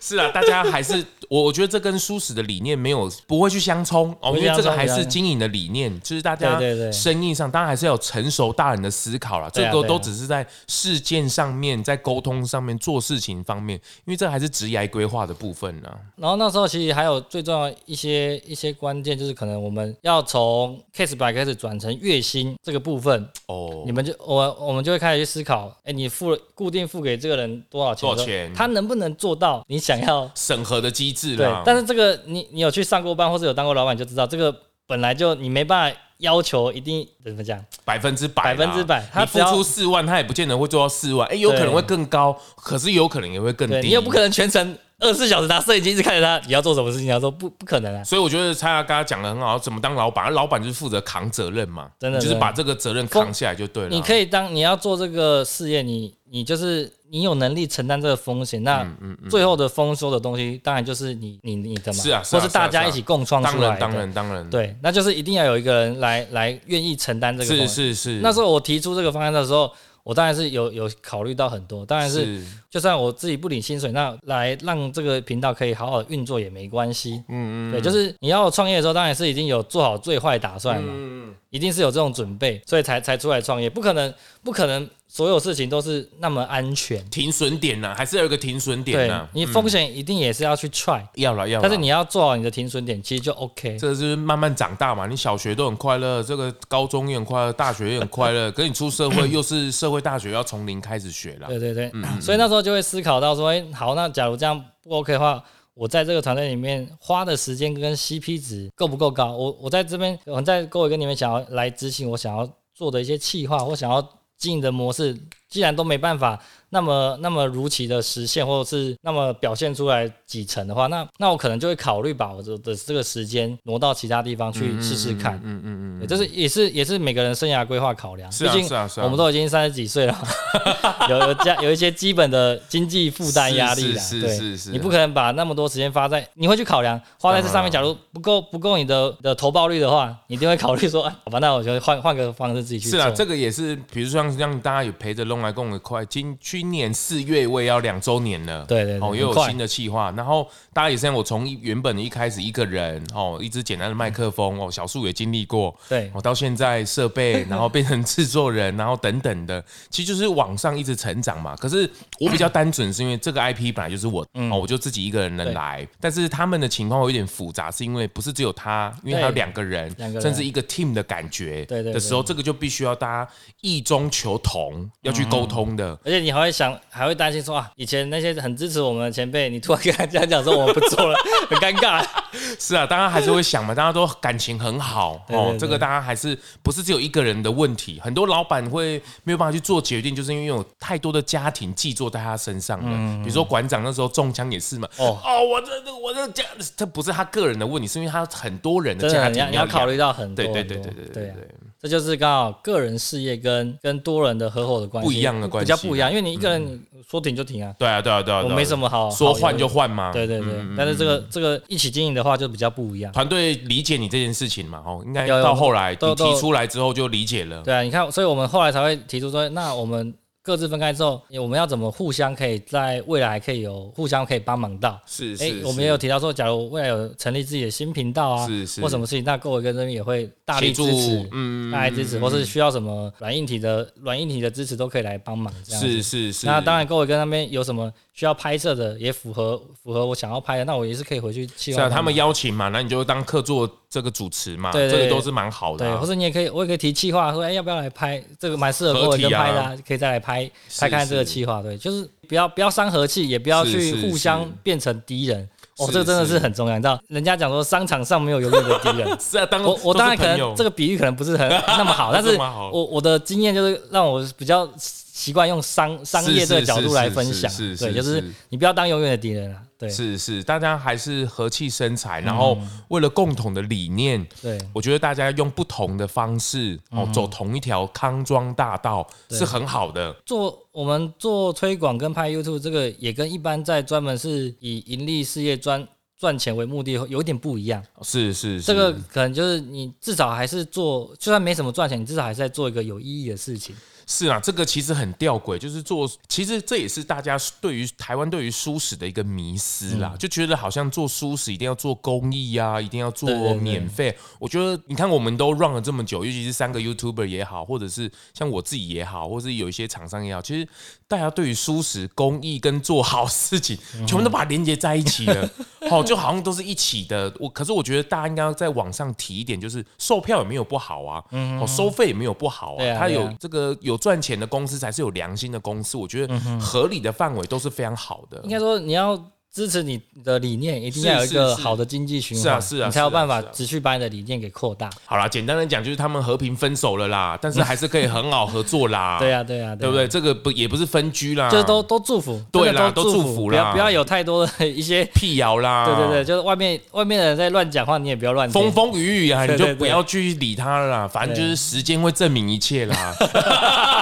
[SPEAKER 1] 是啊，大家还是我我觉得这跟舒适的理念没有不会去相冲哦，
[SPEAKER 2] 不
[SPEAKER 1] 因
[SPEAKER 2] 会
[SPEAKER 1] 为
[SPEAKER 2] 相冲
[SPEAKER 1] 这个还
[SPEAKER 2] 不
[SPEAKER 1] 是
[SPEAKER 2] 相冲
[SPEAKER 1] 经营的理念，就是大家
[SPEAKER 2] 对对对
[SPEAKER 1] 生意上当然还是要有成熟大人的思考啦，
[SPEAKER 2] 对
[SPEAKER 1] 这
[SPEAKER 2] 啊
[SPEAKER 1] 个
[SPEAKER 2] 对啊
[SPEAKER 1] 都只是在事件上面，在沟通上面做事情方面，因为这还是职业规划的部分啊呢。
[SPEAKER 2] 然后那时候其实还有最重要一些一些关键，就是可能我们要从 case by case 转成月薪这个部分，
[SPEAKER 1] 哦
[SPEAKER 2] 你，们就我我们就会开始去思考，哎，你付了固定付给这个人多少钱？
[SPEAKER 1] 多少钱
[SPEAKER 2] 他能不能做到你想要
[SPEAKER 1] 审核的机制
[SPEAKER 2] 对
[SPEAKER 1] 啦，，
[SPEAKER 2] 但是这个你你有去上过班或者有当过老板就知道，这个本来就你没办法要求一定怎么讲，
[SPEAKER 1] 百分之百啦，
[SPEAKER 2] 百分之百他
[SPEAKER 1] 你付
[SPEAKER 2] 只要
[SPEAKER 1] 出四万，他也不见得会做到四万，哎，有可能会更高，可是有可能也会更
[SPEAKER 2] 对
[SPEAKER 1] 低，
[SPEAKER 2] 你也不可能全程二十四小时拿摄影机一直看着他，你要做什么事情？他说不不可能啊，
[SPEAKER 1] 所以我觉得蔡阿刚讲的很好，怎么当老板？老板就是负责扛责任嘛，
[SPEAKER 2] 真的
[SPEAKER 1] 你就是
[SPEAKER 2] 真的
[SPEAKER 1] 把这个责任扛下来就对了。
[SPEAKER 2] 你可以当你要做这个事业，你你就是你有能力承担这个风险，那
[SPEAKER 1] 嗯
[SPEAKER 2] 最后的丰收的东西，当然就是你你你的嘛，
[SPEAKER 1] 是啊是
[SPEAKER 2] 或
[SPEAKER 1] 啊
[SPEAKER 2] 是大
[SPEAKER 1] 是啊
[SPEAKER 2] 家
[SPEAKER 1] 是啊
[SPEAKER 2] 一起共创
[SPEAKER 1] 当
[SPEAKER 2] 出来
[SPEAKER 1] 然
[SPEAKER 2] 的，
[SPEAKER 1] 当然当然，，
[SPEAKER 2] 对，那就是一定要有一个人来来愿意承担这个风
[SPEAKER 1] 是
[SPEAKER 2] 险。
[SPEAKER 1] 是是，
[SPEAKER 2] 那时候我提出这个方案的时候，我当然是有有考虑到很多，当然是
[SPEAKER 1] 是
[SPEAKER 2] 就算我自己不领薪水，那来让这个频道可以好好运作也没关系。嗯嗯，对，就是你要创业的时候，当然是已经有做好最坏打算嘛，
[SPEAKER 1] 嗯，
[SPEAKER 2] 一定是有这种准备，所以才才出来创业，不可能不可能所有事情都是那么安全。
[SPEAKER 1] 停损点呐、还是要有一个停损点
[SPEAKER 2] 对
[SPEAKER 1] 呐、
[SPEAKER 2] 你风险一定也是要去 try，、
[SPEAKER 1] 要了要了。
[SPEAKER 2] 但是你要做好你的停损点，其实就 OK。
[SPEAKER 1] 这就是慢慢长大嘛，你小学都很快乐，这个高中也很快乐，大学也很快 乐，可你出社会又是社会大学要从零开始学了。
[SPEAKER 2] 对对对， 所以那时候就会思考到说，哎、好，那假如这样不 OK 的话，我在这个团队里面花的时间跟 CP 值够不够高？我我在这边，我在各位跟你们想要来执行我想要做的一些企划或想要经营的模式，既然都没办法那么那么如期的实现，或者是那么表现出来几成的话，那那我可能就会考虑把我的的这个时间挪到其他地方去试试看。
[SPEAKER 1] 嗯嗯
[SPEAKER 2] 对，这是也是也是每个人生涯规划考量，
[SPEAKER 1] 是
[SPEAKER 2] 毕
[SPEAKER 1] 啊
[SPEAKER 2] 竟
[SPEAKER 1] 是啊是啊
[SPEAKER 2] 我们都已经三十几岁了， 有有加有一些基本的经济负担压力啦，
[SPEAKER 1] 是是
[SPEAKER 2] 对，
[SPEAKER 1] 是是
[SPEAKER 2] 你不可能把那么多时间花在，你会去考量花在这上面，假
[SPEAKER 1] 啊
[SPEAKER 2] 如不够不够你的的投报率的话，你一定会考虑说，哎，好吧，那我就换换个方式自己去
[SPEAKER 1] 是
[SPEAKER 2] 做。
[SPEAKER 1] 啊，这个也是，比如像让大家有陪着弄来共的快，今去年四月我也要两周年了，
[SPEAKER 2] 对对对
[SPEAKER 1] 哦，又
[SPEAKER 2] 很
[SPEAKER 1] 有
[SPEAKER 2] 快
[SPEAKER 1] 新的企划，然后大家也是像我从一原本一开始一个人哦，一支简单的麦克风哦，小树也经历过，
[SPEAKER 2] 对
[SPEAKER 1] 我、哦到现在设 备，然后变成制作人，然后等等的，其实就是往上一直成长嘛。可是我比较单纯，是因为这个 IP 本来就是我、哦，我就自己一个人能
[SPEAKER 2] 嗯对
[SPEAKER 1] 来。但是他们的情况会有点复杂，是因为不是只有他，因为还有
[SPEAKER 2] 对
[SPEAKER 1] 两个人，
[SPEAKER 2] 两个人
[SPEAKER 1] 甚至一个 team 的感觉
[SPEAKER 2] 对对嗯
[SPEAKER 1] 的时候，这个就必须要大家异中求同，要去沟通的。
[SPEAKER 2] 而且你还会想，还会担心说啊，以前那些很支持我们的前辈，你突然跟他这样讲说我们不做了，很尴 尬。
[SPEAKER 1] 是啊，大家还是会想嘛，大家都感情很好
[SPEAKER 2] 对对
[SPEAKER 1] 哦
[SPEAKER 2] 对。
[SPEAKER 1] 这个大家还是不是只有一个人的问题，很多老板会没有办法去做决定，就是因为有太多的家庭寄坐在他身上了。比如说馆长那时候中枪也是嘛，
[SPEAKER 2] 嗯哦
[SPEAKER 1] 哦我这这我这家，这不是他个人的问题，是因为他很多人的
[SPEAKER 2] 真
[SPEAKER 1] 家
[SPEAKER 2] 的，你
[SPEAKER 1] 庭
[SPEAKER 2] 要你要
[SPEAKER 1] 养
[SPEAKER 2] 考虑。到很多
[SPEAKER 1] 对对
[SPEAKER 2] 很
[SPEAKER 1] 对
[SPEAKER 2] 多，
[SPEAKER 1] 对对对对
[SPEAKER 2] 啊
[SPEAKER 1] 对
[SPEAKER 2] 这就是刚好个人事业跟跟多人的合伙的关系
[SPEAKER 1] 不一样的关系啊嗯
[SPEAKER 2] 比较不一样，因为你一个人你说停就停啊，
[SPEAKER 1] 对啊，对啊，对啊，
[SPEAKER 2] 我
[SPEAKER 1] 对啊
[SPEAKER 2] 没什么好
[SPEAKER 1] 说换就，换嗯嘛。
[SPEAKER 2] 好犹豫对对对，但是这个这个一起经营的话就比较不一样。
[SPEAKER 1] 团队理解你这件事情嘛，哦，应该
[SPEAKER 2] 有有
[SPEAKER 1] 到后来
[SPEAKER 2] 都
[SPEAKER 1] 你
[SPEAKER 2] 都
[SPEAKER 1] 提出来之后就理解了。
[SPEAKER 2] 对啊，你看，所以我们后来才会提出说，那我们各自分开之后，我们要怎么互相可以在未来可以有互相可以帮忙到？
[SPEAKER 1] 是
[SPEAKER 2] 哎、
[SPEAKER 1] 是，
[SPEAKER 2] 我们也有提到说，假如未来有成立自己的新频道啊，
[SPEAKER 1] 是是
[SPEAKER 2] 或什么事情，那各位跟这边也会大力支
[SPEAKER 1] 协
[SPEAKER 2] 持
[SPEAKER 1] 助，嗯
[SPEAKER 2] 大力支持，或是需要什么软硬体的软硬体的支持，都可以来帮忙这样子。
[SPEAKER 1] 是是是，
[SPEAKER 2] 那当然，各位跟那边有什么需要拍摄的，也符合符合我想要拍的，那我也是可以回去计
[SPEAKER 1] 是
[SPEAKER 2] 划
[SPEAKER 1] 啊，他们邀请嘛，那你就当客座这个主持嘛，
[SPEAKER 2] 对对
[SPEAKER 1] 这个都是蛮好的
[SPEAKER 2] 对，
[SPEAKER 1] 啊、
[SPEAKER 2] 或者你也可以，我也可以提企划，说哎、要不要来拍这个蛮适合各位跟拍的、啊，可以再来拍拍看这个企划，对，就是不要不要伤和气，也不要
[SPEAKER 1] 是
[SPEAKER 2] 去
[SPEAKER 1] 是
[SPEAKER 2] 互
[SPEAKER 1] 是
[SPEAKER 2] 相变成敌人。哦，
[SPEAKER 1] 是
[SPEAKER 2] 这个真的是
[SPEAKER 1] 是
[SPEAKER 2] 很重要，你知道，人家讲说商场上没有永远的敌人，
[SPEAKER 1] 是啊，当
[SPEAKER 2] 我我当然可
[SPEAKER 1] 都是朋
[SPEAKER 2] 能
[SPEAKER 1] 友
[SPEAKER 2] 这个比喻可能不 是很那么好，但是
[SPEAKER 1] 这么好
[SPEAKER 2] 我我的经验就是让我比较习惯用商商业这个角度来分享
[SPEAKER 1] 是是是，是
[SPEAKER 2] 对，
[SPEAKER 1] 是
[SPEAKER 2] 就是
[SPEAKER 1] 是
[SPEAKER 2] 你不要当永远的敌人啊，对
[SPEAKER 1] 是是，大家还是和气生财，然后
[SPEAKER 2] 嗯
[SPEAKER 1] 为了共同的理念，
[SPEAKER 2] 对
[SPEAKER 1] 我觉得大家用不同的方式哦，
[SPEAKER 2] 嗯
[SPEAKER 1] 走同一条康庄大道是很好的。
[SPEAKER 2] 做我们做推广跟拍 YouTube 这个也跟一般在专门是以盈利事业专赚钱为目的有点不一样，
[SPEAKER 1] 是是是，
[SPEAKER 2] 这个可能就是你至少还是做，就算没什么赚钱，你至少还是在做一个有意义的事情。
[SPEAKER 1] 是啊，这个其实很吊诡，就是做，其实这也是大家对于台湾对于舒适的一个迷思
[SPEAKER 2] 嗯
[SPEAKER 1] 啦，就觉得好像做舒适一定要做公益啊，一定要做
[SPEAKER 2] 对对对
[SPEAKER 1] 免费。我觉得你看，我们都 run 了这么久，尤其是三个 YouTuber 也好，或者是像我自己也好，或是有一些厂商也好，其实大家对于舒适、公益跟做好事情，
[SPEAKER 2] 嗯
[SPEAKER 1] 全部都把它连接在一起 了，哦，就好像都是一起的。我可是我觉得大家应该要在网上提一点，就是售票也没有不好啊，哦，收费也没有不好
[SPEAKER 2] 嗯对
[SPEAKER 1] 啊，
[SPEAKER 2] 啊
[SPEAKER 1] 它
[SPEAKER 2] 对啊
[SPEAKER 1] 有这个有赚钱的公司才是有良心的公司，我觉得合理的范围都是非常好的
[SPEAKER 2] 应。该说你要支持你的理念，一定要有一
[SPEAKER 1] 是
[SPEAKER 2] 个
[SPEAKER 1] 是是
[SPEAKER 2] 好的经济循环，
[SPEAKER 1] 是啊是啊
[SPEAKER 2] 你才有
[SPEAKER 1] 是啊
[SPEAKER 2] 办法
[SPEAKER 1] 是啊
[SPEAKER 2] 持续把你的理念给扩大。
[SPEAKER 1] 好啦，简单的讲就是他们和平分手了啦，但是还是可以很好合作啦。
[SPEAKER 2] 嗯 对啊呀，对呀，
[SPEAKER 1] 啊对不对？这个不也不是分居啦，
[SPEAKER 2] 就是都都祝福，
[SPEAKER 1] 对
[SPEAKER 2] 真的
[SPEAKER 1] 啦
[SPEAKER 2] 都
[SPEAKER 1] 都祝
[SPEAKER 2] 福，
[SPEAKER 1] 福
[SPEAKER 2] 不要
[SPEAKER 1] 啦
[SPEAKER 2] 不要有太多的一些，
[SPEAKER 1] 辟谣啦。
[SPEAKER 2] 对对对，，就是外面外面的人在乱讲话，你也不要乱听
[SPEAKER 1] 风风雨雨啊，
[SPEAKER 2] 对
[SPEAKER 1] 你
[SPEAKER 2] 对
[SPEAKER 1] 就不要去理他了啦。反正就是时间会证明一切啦。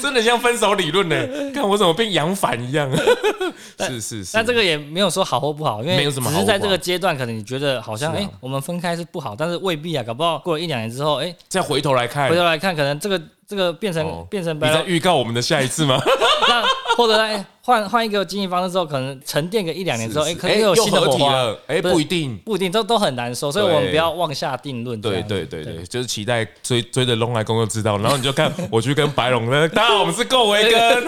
[SPEAKER 1] 真的像分手理论呢、看我怎么变杨凡一样。 是是是，
[SPEAKER 2] 但这个也没有说好或不好，因为
[SPEAKER 1] 没有什么
[SPEAKER 2] 只
[SPEAKER 1] 好
[SPEAKER 2] 是
[SPEAKER 1] 或
[SPEAKER 2] 在
[SPEAKER 1] 不
[SPEAKER 2] 这个
[SPEAKER 1] 好
[SPEAKER 2] 阶段，可能你觉得好像哎、
[SPEAKER 1] 是啊
[SPEAKER 2] 诶我们分开是不好，但是未必啊，搞不好过了一两年之后，哎、
[SPEAKER 1] 再回头来看
[SPEAKER 2] 回，头来看，可能这个这个变成、
[SPEAKER 1] 哎哦
[SPEAKER 2] 变成
[SPEAKER 1] 你
[SPEAKER 2] 白
[SPEAKER 1] 在
[SPEAKER 2] 了，
[SPEAKER 1] 预告我们的下一次吗？
[SPEAKER 2] 那或者哎换换一个经营方式之后，可能沉淀个一两年之后，哎、
[SPEAKER 1] 是是
[SPEAKER 2] 可能又有
[SPEAKER 1] 又
[SPEAKER 2] 新的
[SPEAKER 1] 合
[SPEAKER 2] 火
[SPEAKER 1] 体
[SPEAKER 2] 花，
[SPEAKER 1] 了，哎，
[SPEAKER 2] 不是
[SPEAKER 1] 不一定。
[SPEAKER 2] 不一定都都很难说，所以我们
[SPEAKER 1] 对
[SPEAKER 2] 不要妄下定论。
[SPEAKER 1] 对
[SPEAKER 2] 这
[SPEAKER 1] 对
[SPEAKER 2] 样子
[SPEAKER 1] 对对，，就是期待追追着龙来公就知道，然后你就看我去跟白龙，大家好，我们是够维 根，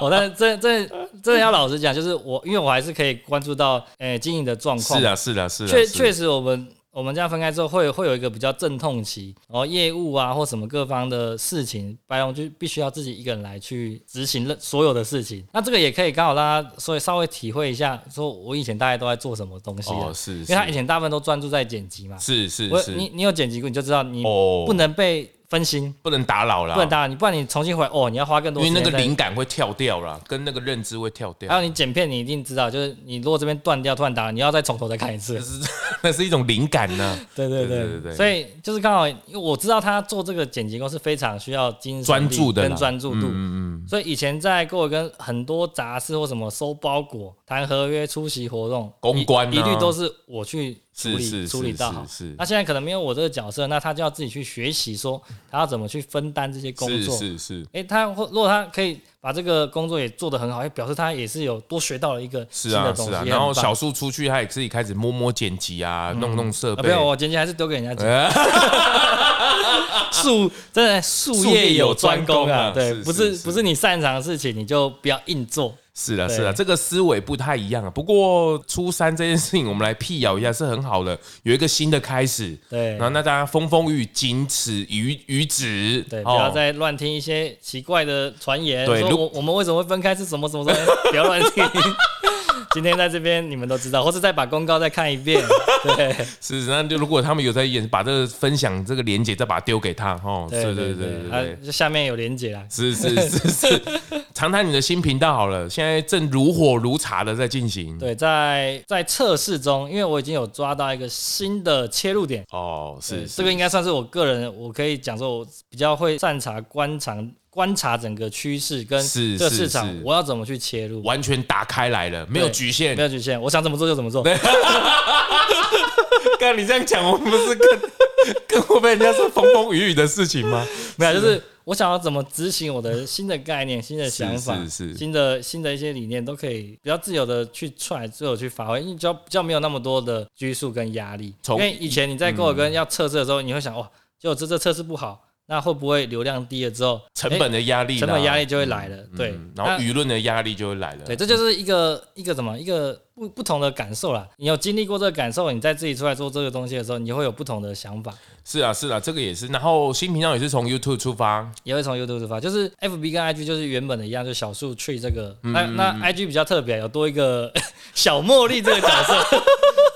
[SPEAKER 2] 哦，但是真真真的要老实讲，就是我因为我还是可以关注到哎、经营的状况，
[SPEAKER 1] 是啊是啊是啊，
[SPEAKER 2] 确
[SPEAKER 1] 是
[SPEAKER 2] 确实，我们我们这样分开之后会，会有一个比较阵痛期，然后业务啊或什么各方的事情，白龙就必须要自己一个人来去执行了所有的事情。那这个也可以刚好让他所以稍微体会一下，说我以前大概都在做什么东西啊、
[SPEAKER 1] 哦是，
[SPEAKER 2] 因为他以
[SPEAKER 1] 是
[SPEAKER 2] 前大部分都专注在剪辑嘛。
[SPEAKER 1] 是是
[SPEAKER 2] 我
[SPEAKER 1] 是，
[SPEAKER 2] 你你有剪辑过，你就知道你
[SPEAKER 1] 哦
[SPEAKER 2] 不能被分心，
[SPEAKER 1] 不能打扰啦，
[SPEAKER 2] 不然当然你不然你重新回来哦，你要花更多
[SPEAKER 1] 因为
[SPEAKER 2] 时
[SPEAKER 1] 那
[SPEAKER 2] 间
[SPEAKER 1] 个
[SPEAKER 2] 在
[SPEAKER 1] 灵感会跳掉啦，跟那个认知会跳
[SPEAKER 2] 还
[SPEAKER 1] 掉，
[SPEAKER 2] 有你剪片，你一定知道，就是你如果这边断掉，突然打扰，你要再从头再看一次
[SPEAKER 1] 就。是 那是一种灵感呢、
[SPEAKER 2] 对对对
[SPEAKER 1] 对
[SPEAKER 2] 对
[SPEAKER 1] 对对
[SPEAKER 2] 所以就是刚好，因为我知道他做这个剪辑工是非常需要精神力
[SPEAKER 1] 专注的啦
[SPEAKER 2] 跟专注度。
[SPEAKER 1] 嗯嗯
[SPEAKER 2] 所以以前在跟我跟很多杂事或什么收包裹、谈合约、出席活动、
[SPEAKER 1] 公关啊
[SPEAKER 2] 一一律都是我去处理
[SPEAKER 1] 是是
[SPEAKER 2] 处理
[SPEAKER 1] 是
[SPEAKER 2] 到好。
[SPEAKER 1] 是是
[SPEAKER 2] 那现在可能没有我这个角色，那他就要自己去学习，说他要怎么去分担这些工
[SPEAKER 1] 是
[SPEAKER 2] 作。
[SPEAKER 1] 是是
[SPEAKER 2] 诶，他或如果他可以把这个工作也做得很好，也表示他也是有多学到了一个新
[SPEAKER 1] 是
[SPEAKER 2] 的
[SPEAKER 1] 啊
[SPEAKER 2] 东西。
[SPEAKER 1] 是啊，
[SPEAKER 2] 也
[SPEAKER 1] 然后
[SPEAKER 2] 很棒
[SPEAKER 1] 小树出去，他也自己开始摸摸剪辑啊，弄弄设
[SPEAKER 2] 啊，
[SPEAKER 1] 备，
[SPEAKER 2] 不要，我剪辑还是丢给人家剪。
[SPEAKER 1] 哎
[SPEAKER 2] 术真的术业有专攻啊，
[SPEAKER 1] 术业
[SPEAKER 2] 对
[SPEAKER 1] 有专攻啊，是
[SPEAKER 2] 不是
[SPEAKER 1] 是是
[SPEAKER 2] 不是你擅长的事情你就不要硬做。
[SPEAKER 1] 是啊
[SPEAKER 2] 对
[SPEAKER 1] 是啊，这个思维不太一样啊。不过初三这件事情，我们来辟谣一下是很好的，有一个新的开始。
[SPEAKER 2] 对
[SPEAKER 1] 然后那大家风风雨雨仅此于于止，
[SPEAKER 2] 对，不
[SPEAKER 1] 哦
[SPEAKER 2] 要再乱听一些奇怪的传言，
[SPEAKER 1] 对
[SPEAKER 2] 说
[SPEAKER 1] 如
[SPEAKER 2] 我我们为什么会分开是什么什么什么，不要乱听。 今天在这边你们都知道，或是再把公告再看一遍。 对，
[SPEAKER 1] 是，那就如果他们有在演，把这个分享这个连接再把它丢给他，哦，对对对对
[SPEAKER 2] 啊
[SPEAKER 1] 对，，
[SPEAKER 2] 就下面有连结啦。啊
[SPEAKER 1] 是是是 是，谈谈你的新频道好了，现在正如火如茶的在进行，
[SPEAKER 2] 对，在在测试中，因为我已经有抓到一个新的切入点，
[SPEAKER 1] 哦，是
[SPEAKER 2] 对
[SPEAKER 1] 是
[SPEAKER 2] 这个应该算是我个人，我可以讲说，我比较会擅长观察观察整个趋势跟
[SPEAKER 1] 是
[SPEAKER 2] 这个
[SPEAKER 1] 是
[SPEAKER 2] 市场
[SPEAKER 1] 是，
[SPEAKER 2] 我要怎么去切入，
[SPEAKER 1] 完全打开来了，没有
[SPEAKER 2] 对
[SPEAKER 1] 局限
[SPEAKER 2] 没。有局限，我想怎么做就怎么做。
[SPEAKER 1] 刚你这样讲，我们不是跟 跟会被人家说风风雨雨的事情吗？
[SPEAKER 2] 没有，就是我想要怎么执行我的新的概念、新的想法、
[SPEAKER 1] 是是
[SPEAKER 2] 新的新的一些理念，都可以比较自由的去踹、自由地去发挥，因为比较比较没有那么多的拘束跟压力。因
[SPEAKER 1] 从
[SPEAKER 2] 为以前你在跟我跟要测试的时候，你会想哇，结果这这测试不好，那会不会流量低了之后，
[SPEAKER 1] 成
[SPEAKER 2] 诶
[SPEAKER 1] 本的压力啦，
[SPEAKER 2] 成本压力就会来了？对
[SPEAKER 1] 嗯，，然后
[SPEAKER 2] 那
[SPEAKER 1] 舆论的压力就会来了。
[SPEAKER 2] 对，这就是一个一个什么一个不不同的感受啦。你有经历过这个感受，你再自己出来做这个东西的时候，你会有不同的想法，
[SPEAKER 1] 是啊是啊，这个也是。然后新频道也是从 YouTube 出发，
[SPEAKER 2] 也会从 YouTube 出发。就是 FB 跟 IG 就是原本的一样，就小树 tree 这个，
[SPEAKER 1] 嗯
[SPEAKER 2] 那那 IG 比较特别，有多一个 小茉莉这个角色。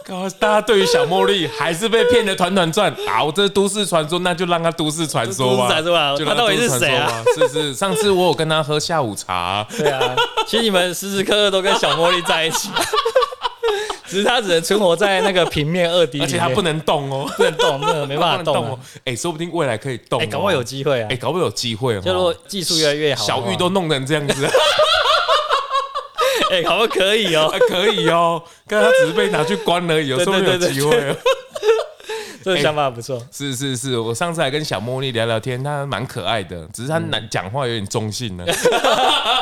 [SPEAKER 1] 靠大家对于小茉莉还是被骗得团团转。好，这是都市传说，那就让它都市传 说吧。
[SPEAKER 2] 都市传说吧
[SPEAKER 1] 就让
[SPEAKER 2] 它到底是
[SPEAKER 1] 都市传
[SPEAKER 2] 谁啊
[SPEAKER 1] 说吧？是是，上次我有跟他喝下午茶，
[SPEAKER 2] 对啊，其实你们时时刻刻都跟小茉莉在一起， 只是她只能存活在那个平面二 D，
[SPEAKER 1] 而且他不
[SPEAKER 2] 能
[SPEAKER 1] 能动哦，
[SPEAKER 2] 不能动，那个没
[SPEAKER 1] 不
[SPEAKER 2] 办法
[SPEAKER 1] 能
[SPEAKER 2] 动
[SPEAKER 1] 哦
[SPEAKER 2] 啊。。
[SPEAKER 1] 哎，说不定未来可以动。
[SPEAKER 2] 哎，搞不好有，机会啊
[SPEAKER 1] 哎，！搞不好有机会哦。
[SPEAKER 2] 就如果技术越来越好啊的话，
[SPEAKER 1] 小玉都弄成这样子，
[SPEAKER 2] 哎，搞不好可以哦。
[SPEAKER 1] 还可以哦。刚才他只是被拿去关而已哦，
[SPEAKER 2] 对
[SPEAKER 1] 说不定有
[SPEAKER 2] 对对
[SPEAKER 1] 机会哦。
[SPEAKER 2] 这个想法不错。
[SPEAKER 1] 是是是，我上次还跟小茉莉聊聊天，她蛮可爱的，只是
[SPEAKER 2] 嗯
[SPEAKER 1] 她难讲话有点中性呢。哎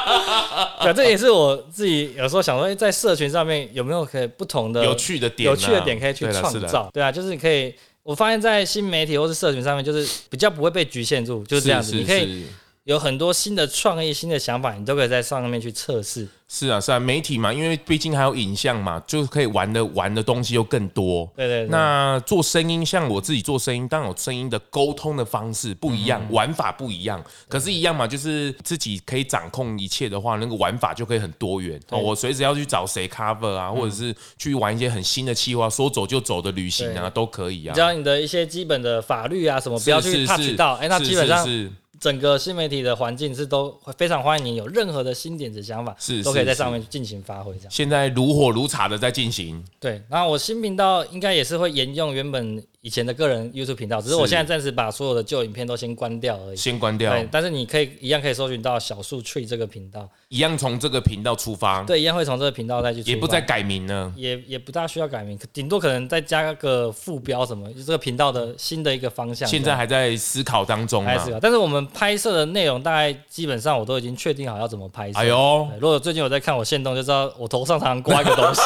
[SPEAKER 2] 反正也是我自己有时候想说，哎，在社群上面有没有可以不同的
[SPEAKER 1] 有趣的点啊，
[SPEAKER 2] 呃有趣的点可以去
[SPEAKER 1] 对啦
[SPEAKER 2] 创。
[SPEAKER 1] 是啦
[SPEAKER 2] 造？对啊，就是你可以，我发现在新媒体或是社群上面，就是比较不会被局限住，就是这样子。
[SPEAKER 1] 是
[SPEAKER 2] 你可以
[SPEAKER 1] 是
[SPEAKER 2] 有很多新的创意、新的想法，你都可以在上面去测试。
[SPEAKER 1] 是啊，是啊，媒体嘛，因为毕竟还有影像嘛，就可以玩的玩的东西又更多。
[SPEAKER 2] 对对对
[SPEAKER 1] 那做声音，像我自己做声音，当然我声音的沟通的方式不一样，
[SPEAKER 2] 嗯
[SPEAKER 1] 玩法不一样，可是，一样嘛，就是自己可以掌控一切的话，那个玩法就可以很多元。哦，我随时要去找谁 cover
[SPEAKER 2] 嗯
[SPEAKER 1] 啊，或者是去玩一些很新的企划，说走就走的旅行啊，都可以啊
[SPEAKER 2] 只。要你的一些基本的法律啊什么，
[SPEAKER 1] 是
[SPEAKER 2] 不要去
[SPEAKER 1] 是
[SPEAKER 2] touch
[SPEAKER 1] 是
[SPEAKER 2] 到，哎、那
[SPEAKER 1] 是
[SPEAKER 2] 基本上
[SPEAKER 1] 是是
[SPEAKER 2] 整个新媒体的环境是都会非常欢迎你有任何的新点子想法，
[SPEAKER 1] 是
[SPEAKER 2] 都可以
[SPEAKER 1] 是
[SPEAKER 2] 在上面进行发挥这样。
[SPEAKER 1] 现在如火如茶的在进行。
[SPEAKER 2] 对，那我新频道应该也是会沿用原本以前的个人 YouTube 频道，只是我
[SPEAKER 1] 是
[SPEAKER 2] 现在暂时把所有的旧影片都先关掉而已。
[SPEAKER 1] 先关掉，
[SPEAKER 2] 对，哎但是你可以一样可以搜寻到小树 tree 这个频道，
[SPEAKER 1] 一样从这个频道出发，
[SPEAKER 2] 对，一样会从这个频道再去出发，
[SPEAKER 1] 也不再改名了。
[SPEAKER 2] 也也不大需要改名，可顶多可能再加个副标什么，就这个频道的新的一个方向。
[SPEAKER 1] 现在还在思考当中
[SPEAKER 2] 开
[SPEAKER 1] 啊
[SPEAKER 2] 始。了，但是我们拍摄的内容大概基本上我都已经确定好要怎么拍摄。
[SPEAKER 1] 哎呦
[SPEAKER 2] 对，如果最近有在看我线动，就知道我头上常常挂一个东 西。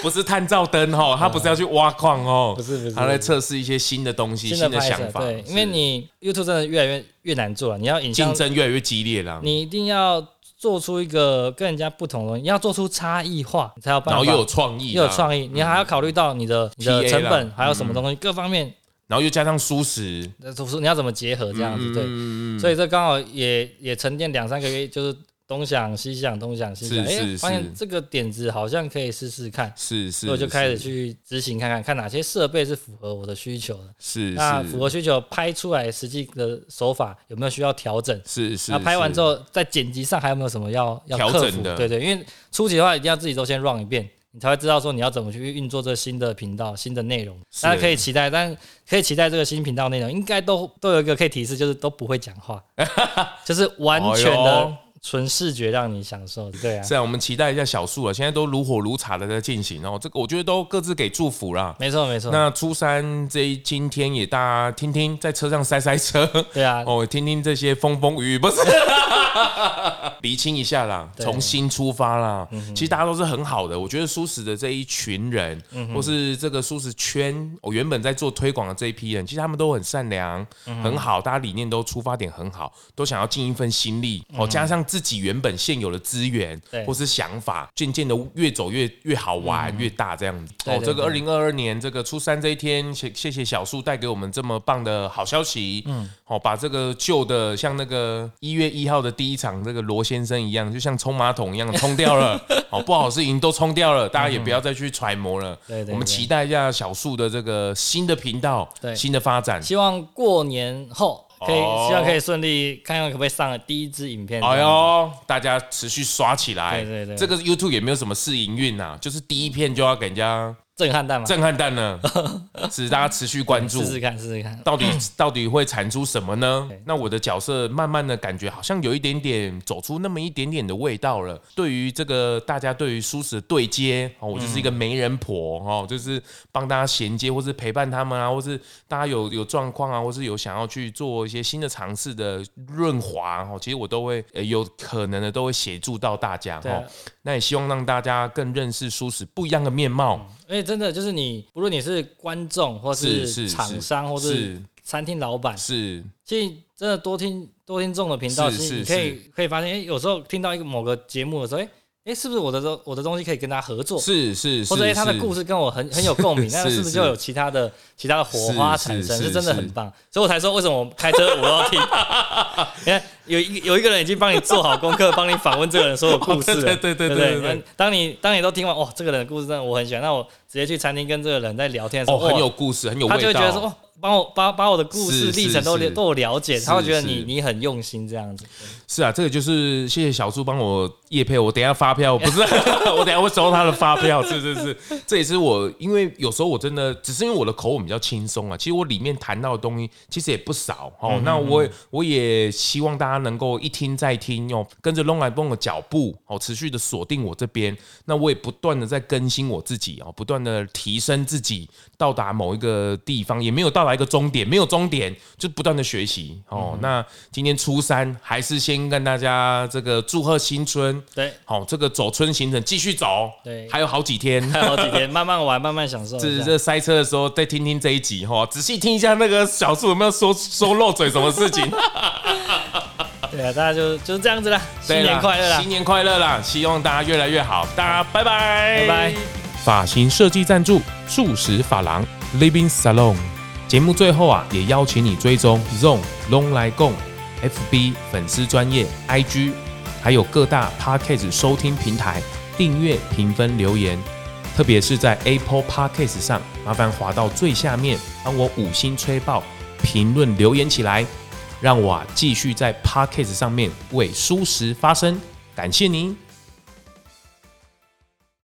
[SPEAKER 1] 不是探照灯哦，他不是要去挖矿哦，
[SPEAKER 2] 嗯不是不是
[SPEAKER 1] 他在测试一些新的东西、新
[SPEAKER 2] 拍摄
[SPEAKER 1] 想法。
[SPEAKER 2] 对，
[SPEAKER 1] 是
[SPEAKER 2] 因为你 YouTube 真的越来越越难做了，你要影
[SPEAKER 1] 竞
[SPEAKER 2] 像，
[SPEAKER 1] 争越来越激烈了，
[SPEAKER 2] 你一定要做出一个跟人家不同的，你要做出差异化，你才有办
[SPEAKER 1] 然
[SPEAKER 2] 法。
[SPEAKER 1] 后又有创意，
[SPEAKER 2] 又有，创意，你还要考虑到你的你的
[SPEAKER 1] TA
[SPEAKER 2] 成本，
[SPEAKER 1] 嗯啦嗯
[SPEAKER 2] 还有什么东西，各方面，
[SPEAKER 1] 然后又加上舒适，
[SPEAKER 2] 呃，就是你要怎么结合这样子，对。
[SPEAKER 1] 嗯，
[SPEAKER 2] 所以这刚好也也沉淀两三个月，就是东想西想，东想西想，
[SPEAKER 1] 是
[SPEAKER 2] 哎，
[SPEAKER 1] 是
[SPEAKER 2] 发现
[SPEAKER 1] 是
[SPEAKER 2] 这个点子好像可以试试看，
[SPEAKER 1] 是是，
[SPEAKER 2] 所以我就开始
[SPEAKER 1] 是
[SPEAKER 2] 去执行看看，看哪些设备是符合我的需求的。
[SPEAKER 1] 是
[SPEAKER 2] 那
[SPEAKER 1] 是
[SPEAKER 2] 符合需求拍出来实际的手法有没有需要调整？
[SPEAKER 1] 是是，
[SPEAKER 2] 那拍完之
[SPEAKER 1] 后
[SPEAKER 2] 后，在剪辑上还有没有什么要要
[SPEAKER 1] 调
[SPEAKER 2] 克
[SPEAKER 1] 整
[SPEAKER 2] 服
[SPEAKER 1] 的
[SPEAKER 2] 对对，因为初期的话一定要自己都先 run 一遍，你才会知道说你要怎么去运作这新的频道、新的内容。
[SPEAKER 1] 是
[SPEAKER 2] 大家可以期待，但可以期待这个新频道内容应该都都有一个可以提示，就是都不会讲 话，就是完全
[SPEAKER 1] 哎
[SPEAKER 2] 的
[SPEAKER 1] 呦
[SPEAKER 2] 纯视觉让你享受。对啊，
[SPEAKER 1] 是啊，我们期待一下小树啊，现在都如火如茶的在进行哦，这个我觉得都各自给祝福啦。
[SPEAKER 2] 没错没错，
[SPEAKER 1] 那初三这一今天也大家听听，在车上塞塞车，
[SPEAKER 2] 对啊，
[SPEAKER 1] 哦，听听这些风风雨雨，不是， 厘清一下啦，
[SPEAKER 2] 对嗯
[SPEAKER 1] 从新出发啦。其实大家都是很好的，我觉得舒适的这一群人，
[SPEAKER 2] 嗯
[SPEAKER 1] 或是这个舒适圈，我原本在做推广的这一批人，其实他们都很善良，
[SPEAKER 2] 嗯
[SPEAKER 1] 很好，大家理念都出发点很好，都想要尽一份心力。哦，加上自己原本现有的资源
[SPEAKER 2] 嗯对嗯
[SPEAKER 1] 或是想法，渐渐的越走越越好玩，越大这样子。
[SPEAKER 2] 对
[SPEAKER 1] 哦，
[SPEAKER 2] 对
[SPEAKER 1] 这个
[SPEAKER 2] 对
[SPEAKER 1] 二零二二年这个初三这一天，谢谢谢小树带给我们这么棒的好消息。嗯，好、把这个旧的像那个一月一号的第一场这个罗先生一样，就像冲马桶一样冲掉 了。好、不好的事情都冲掉了，大家也不要再去揣摩了。
[SPEAKER 2] 嗯对对对
[SPEAKER 1] 我们期待一下小树的这个新的频道，
[SPEAKER 2] 对
[SPEAKER 1] 新的发展。
[SPEAKER 2] 希望过年后可以，
[SPEAKER 1] 哦
[SPEAKER 2] 希望可以顺利，看看可不可以上了第一支影片。
[SPEAKER 1] 哎呦，大家持续刷起来！
[SPEAKER 2] 对对对
[SPEAKER 1] 这个 YouTube 也没有什么试营运呐，就是第一片就要给人家
[SPEAKER 2] 震撼弹嘛，
[SPEAKER 1] 震撼弹 了，使大家持续关注
[SPEAKER 2] 试。试看，试试看。
[SPEAKER 1] 到底到底会产出什么呢
[SPEAKER 2] 对？
[SPEAKER 1] 那我的角色慢慢的感觉好像有一点点走出那么一点点的味道了。对于这个大家对于舒适的对接，哦，我就是一个媒人婆哦，就是帮大家衔接，或是陪伴他们啊，或是大家有有状况啊，或是有想要去做一些新的尝试的润滑哦，其实我都会、呃有可能的都会协助到大家
[SPEAKER 2] 对啊
[SPEAKER 1] 哦。那也希望让大家更认识舒适不一样的面貌。
[SPEAKER 2] 而哎且真的就是你，不论你是观众，或
[SPEAKER 1] 是是
[SPEAKER 2] 厂商，或是
[SPEAKER 1] 是
[SPEAKER 2] 餐厅老板，
[SPEAKER 1] 是
[SPEAKER 2] 其实真的多听多听众的频道，
[SPEAKER 1] 是
[SPEAKER 2] 其实你
[SPEAKER 1] 是
[SPEAKER 2] 可以可以发现，哎、有时候听到一个某个节目的时候，哎、哎、是不是我的东我的东西可以跟他合作，
[SPEAKER 1] 是是，
[SPEAKER 2] 或者哎、
[SPEAKER 1] 是
[SPEAKER 2] 他的
[SPEAKER 1] 是
[SPEAKER 2] 故事跟我很 很有共鸣，
[SPEAKER 1] 是
[SPEAKER 2] 那是不是
[SPEAKER 1] 是
[SPEAKER 2] 就有其他的其他的火花
[SPEAKER 1] 是
[SPEAKER 2] 产生？
[SPEAKER 1] 是
[SPEAKER 2] 是
[SPEAKER 1] 是
[SPEAKER 2] 真的很
[SPEAKER 1] 是
[SPEAKER 2] 棒，所以我才说为什么我开车我 要听，因为有一有一个人已经帮你做好功课，帮你访问这个人所有故事了，
[SPEAKER 1] 哦 对对对
[SPEAKER 2] 对
[SPEAKER 1] 对对
[SPEAKER 2] 不
[SPEAKER 1] 对
[SPEAKER 2] 那当你当你都听完，哇，这个人的故事真的我很喜欢，那我直接去餐厅跟这个人在聊天的时
[SPEAKER 1] 哦，
[SPEAKER 2] 候，
[SPEAKER 1] 很
[SPEAKER 2] 哇
[SPEAKER 1] 有故事，很有味
[SPEAKER 2] 他
[SPEAKER 1] 道。
[SPEAKER 2] 就会觉得说，哦，帮我把把我的故事
[SPEAKER 1] 是
[SPEAKER 2] 历程都了
[SPEAKER 1] 是
[SPEAKER 2] 都有了解，
[SPEAKER 1] 是
[SPEAKER 2] 他会觉得你
[SPEAKER 1] 是
[SPEAKER 2] 你很用心这样子。
[SPEAKER 1] 是啊，这个就是谢谢小猪帮我叶配，我等一下发票不是， 我等一下会收他的发票，是是是，这也是我因为有时候我真的只是因为我的口吻比较轻松啊，其实我里面谈到的东西其实也不少哦。
[SPEAKER 2] 嗯
[SPEAKER 1] 那我也我也希望大家能够一听再听哦，跟着 Long 来蹦的脚步哦，持续的锁定我这边，那我也不断的在更新我自己哦，不断的提升自己，到达某一个地方，也没有到达一个终点，没有终点，就不断的学习哦。
[SPEAKER 2] 嗯
[SPEAKER 1] 那今天初三，还是先跟大家这个祝贺新春，
[SPEAKER 2] 对，
[SPEAKER 1] 好、这个走春行程继续走，
[SPEAKER 2] 对
[SPEAKER 1] 还有好几 天。
[SPEAKER 2] 还有好几天，慢慢玩，慢慢享受一下。
[SPEAKER 1] 这这塞车的时候，再听听这一集哈、哦，仔细听一下那个小树有没有说说漏嘴什么事情。
[SPEAKER 2] 对啊，大家就就是这样子啦，新
[SPEAKER 1] 对啦
[SPEAKER 2] 年快乐啦
[SPEAKER 1] 新！年快乐啦！希望大家越来越好，大家拜拜，
[SPEAKER 2] 拜拜。
[SPEAKER 1] 发型设计赞助素食发廊 Living Salon。节目最后啊，也邀请你追踪 Zone Long 来共 FB 粉丝专业 IG，还有各大 Podcast 收听平台订阅、评分、留言，特别是在 Apple Podcast 上，麻烦滑到最下面，帮我五星吹爆，评论留言起来，让我啊继续在 Podcast 上面为舒适发声。感谢您。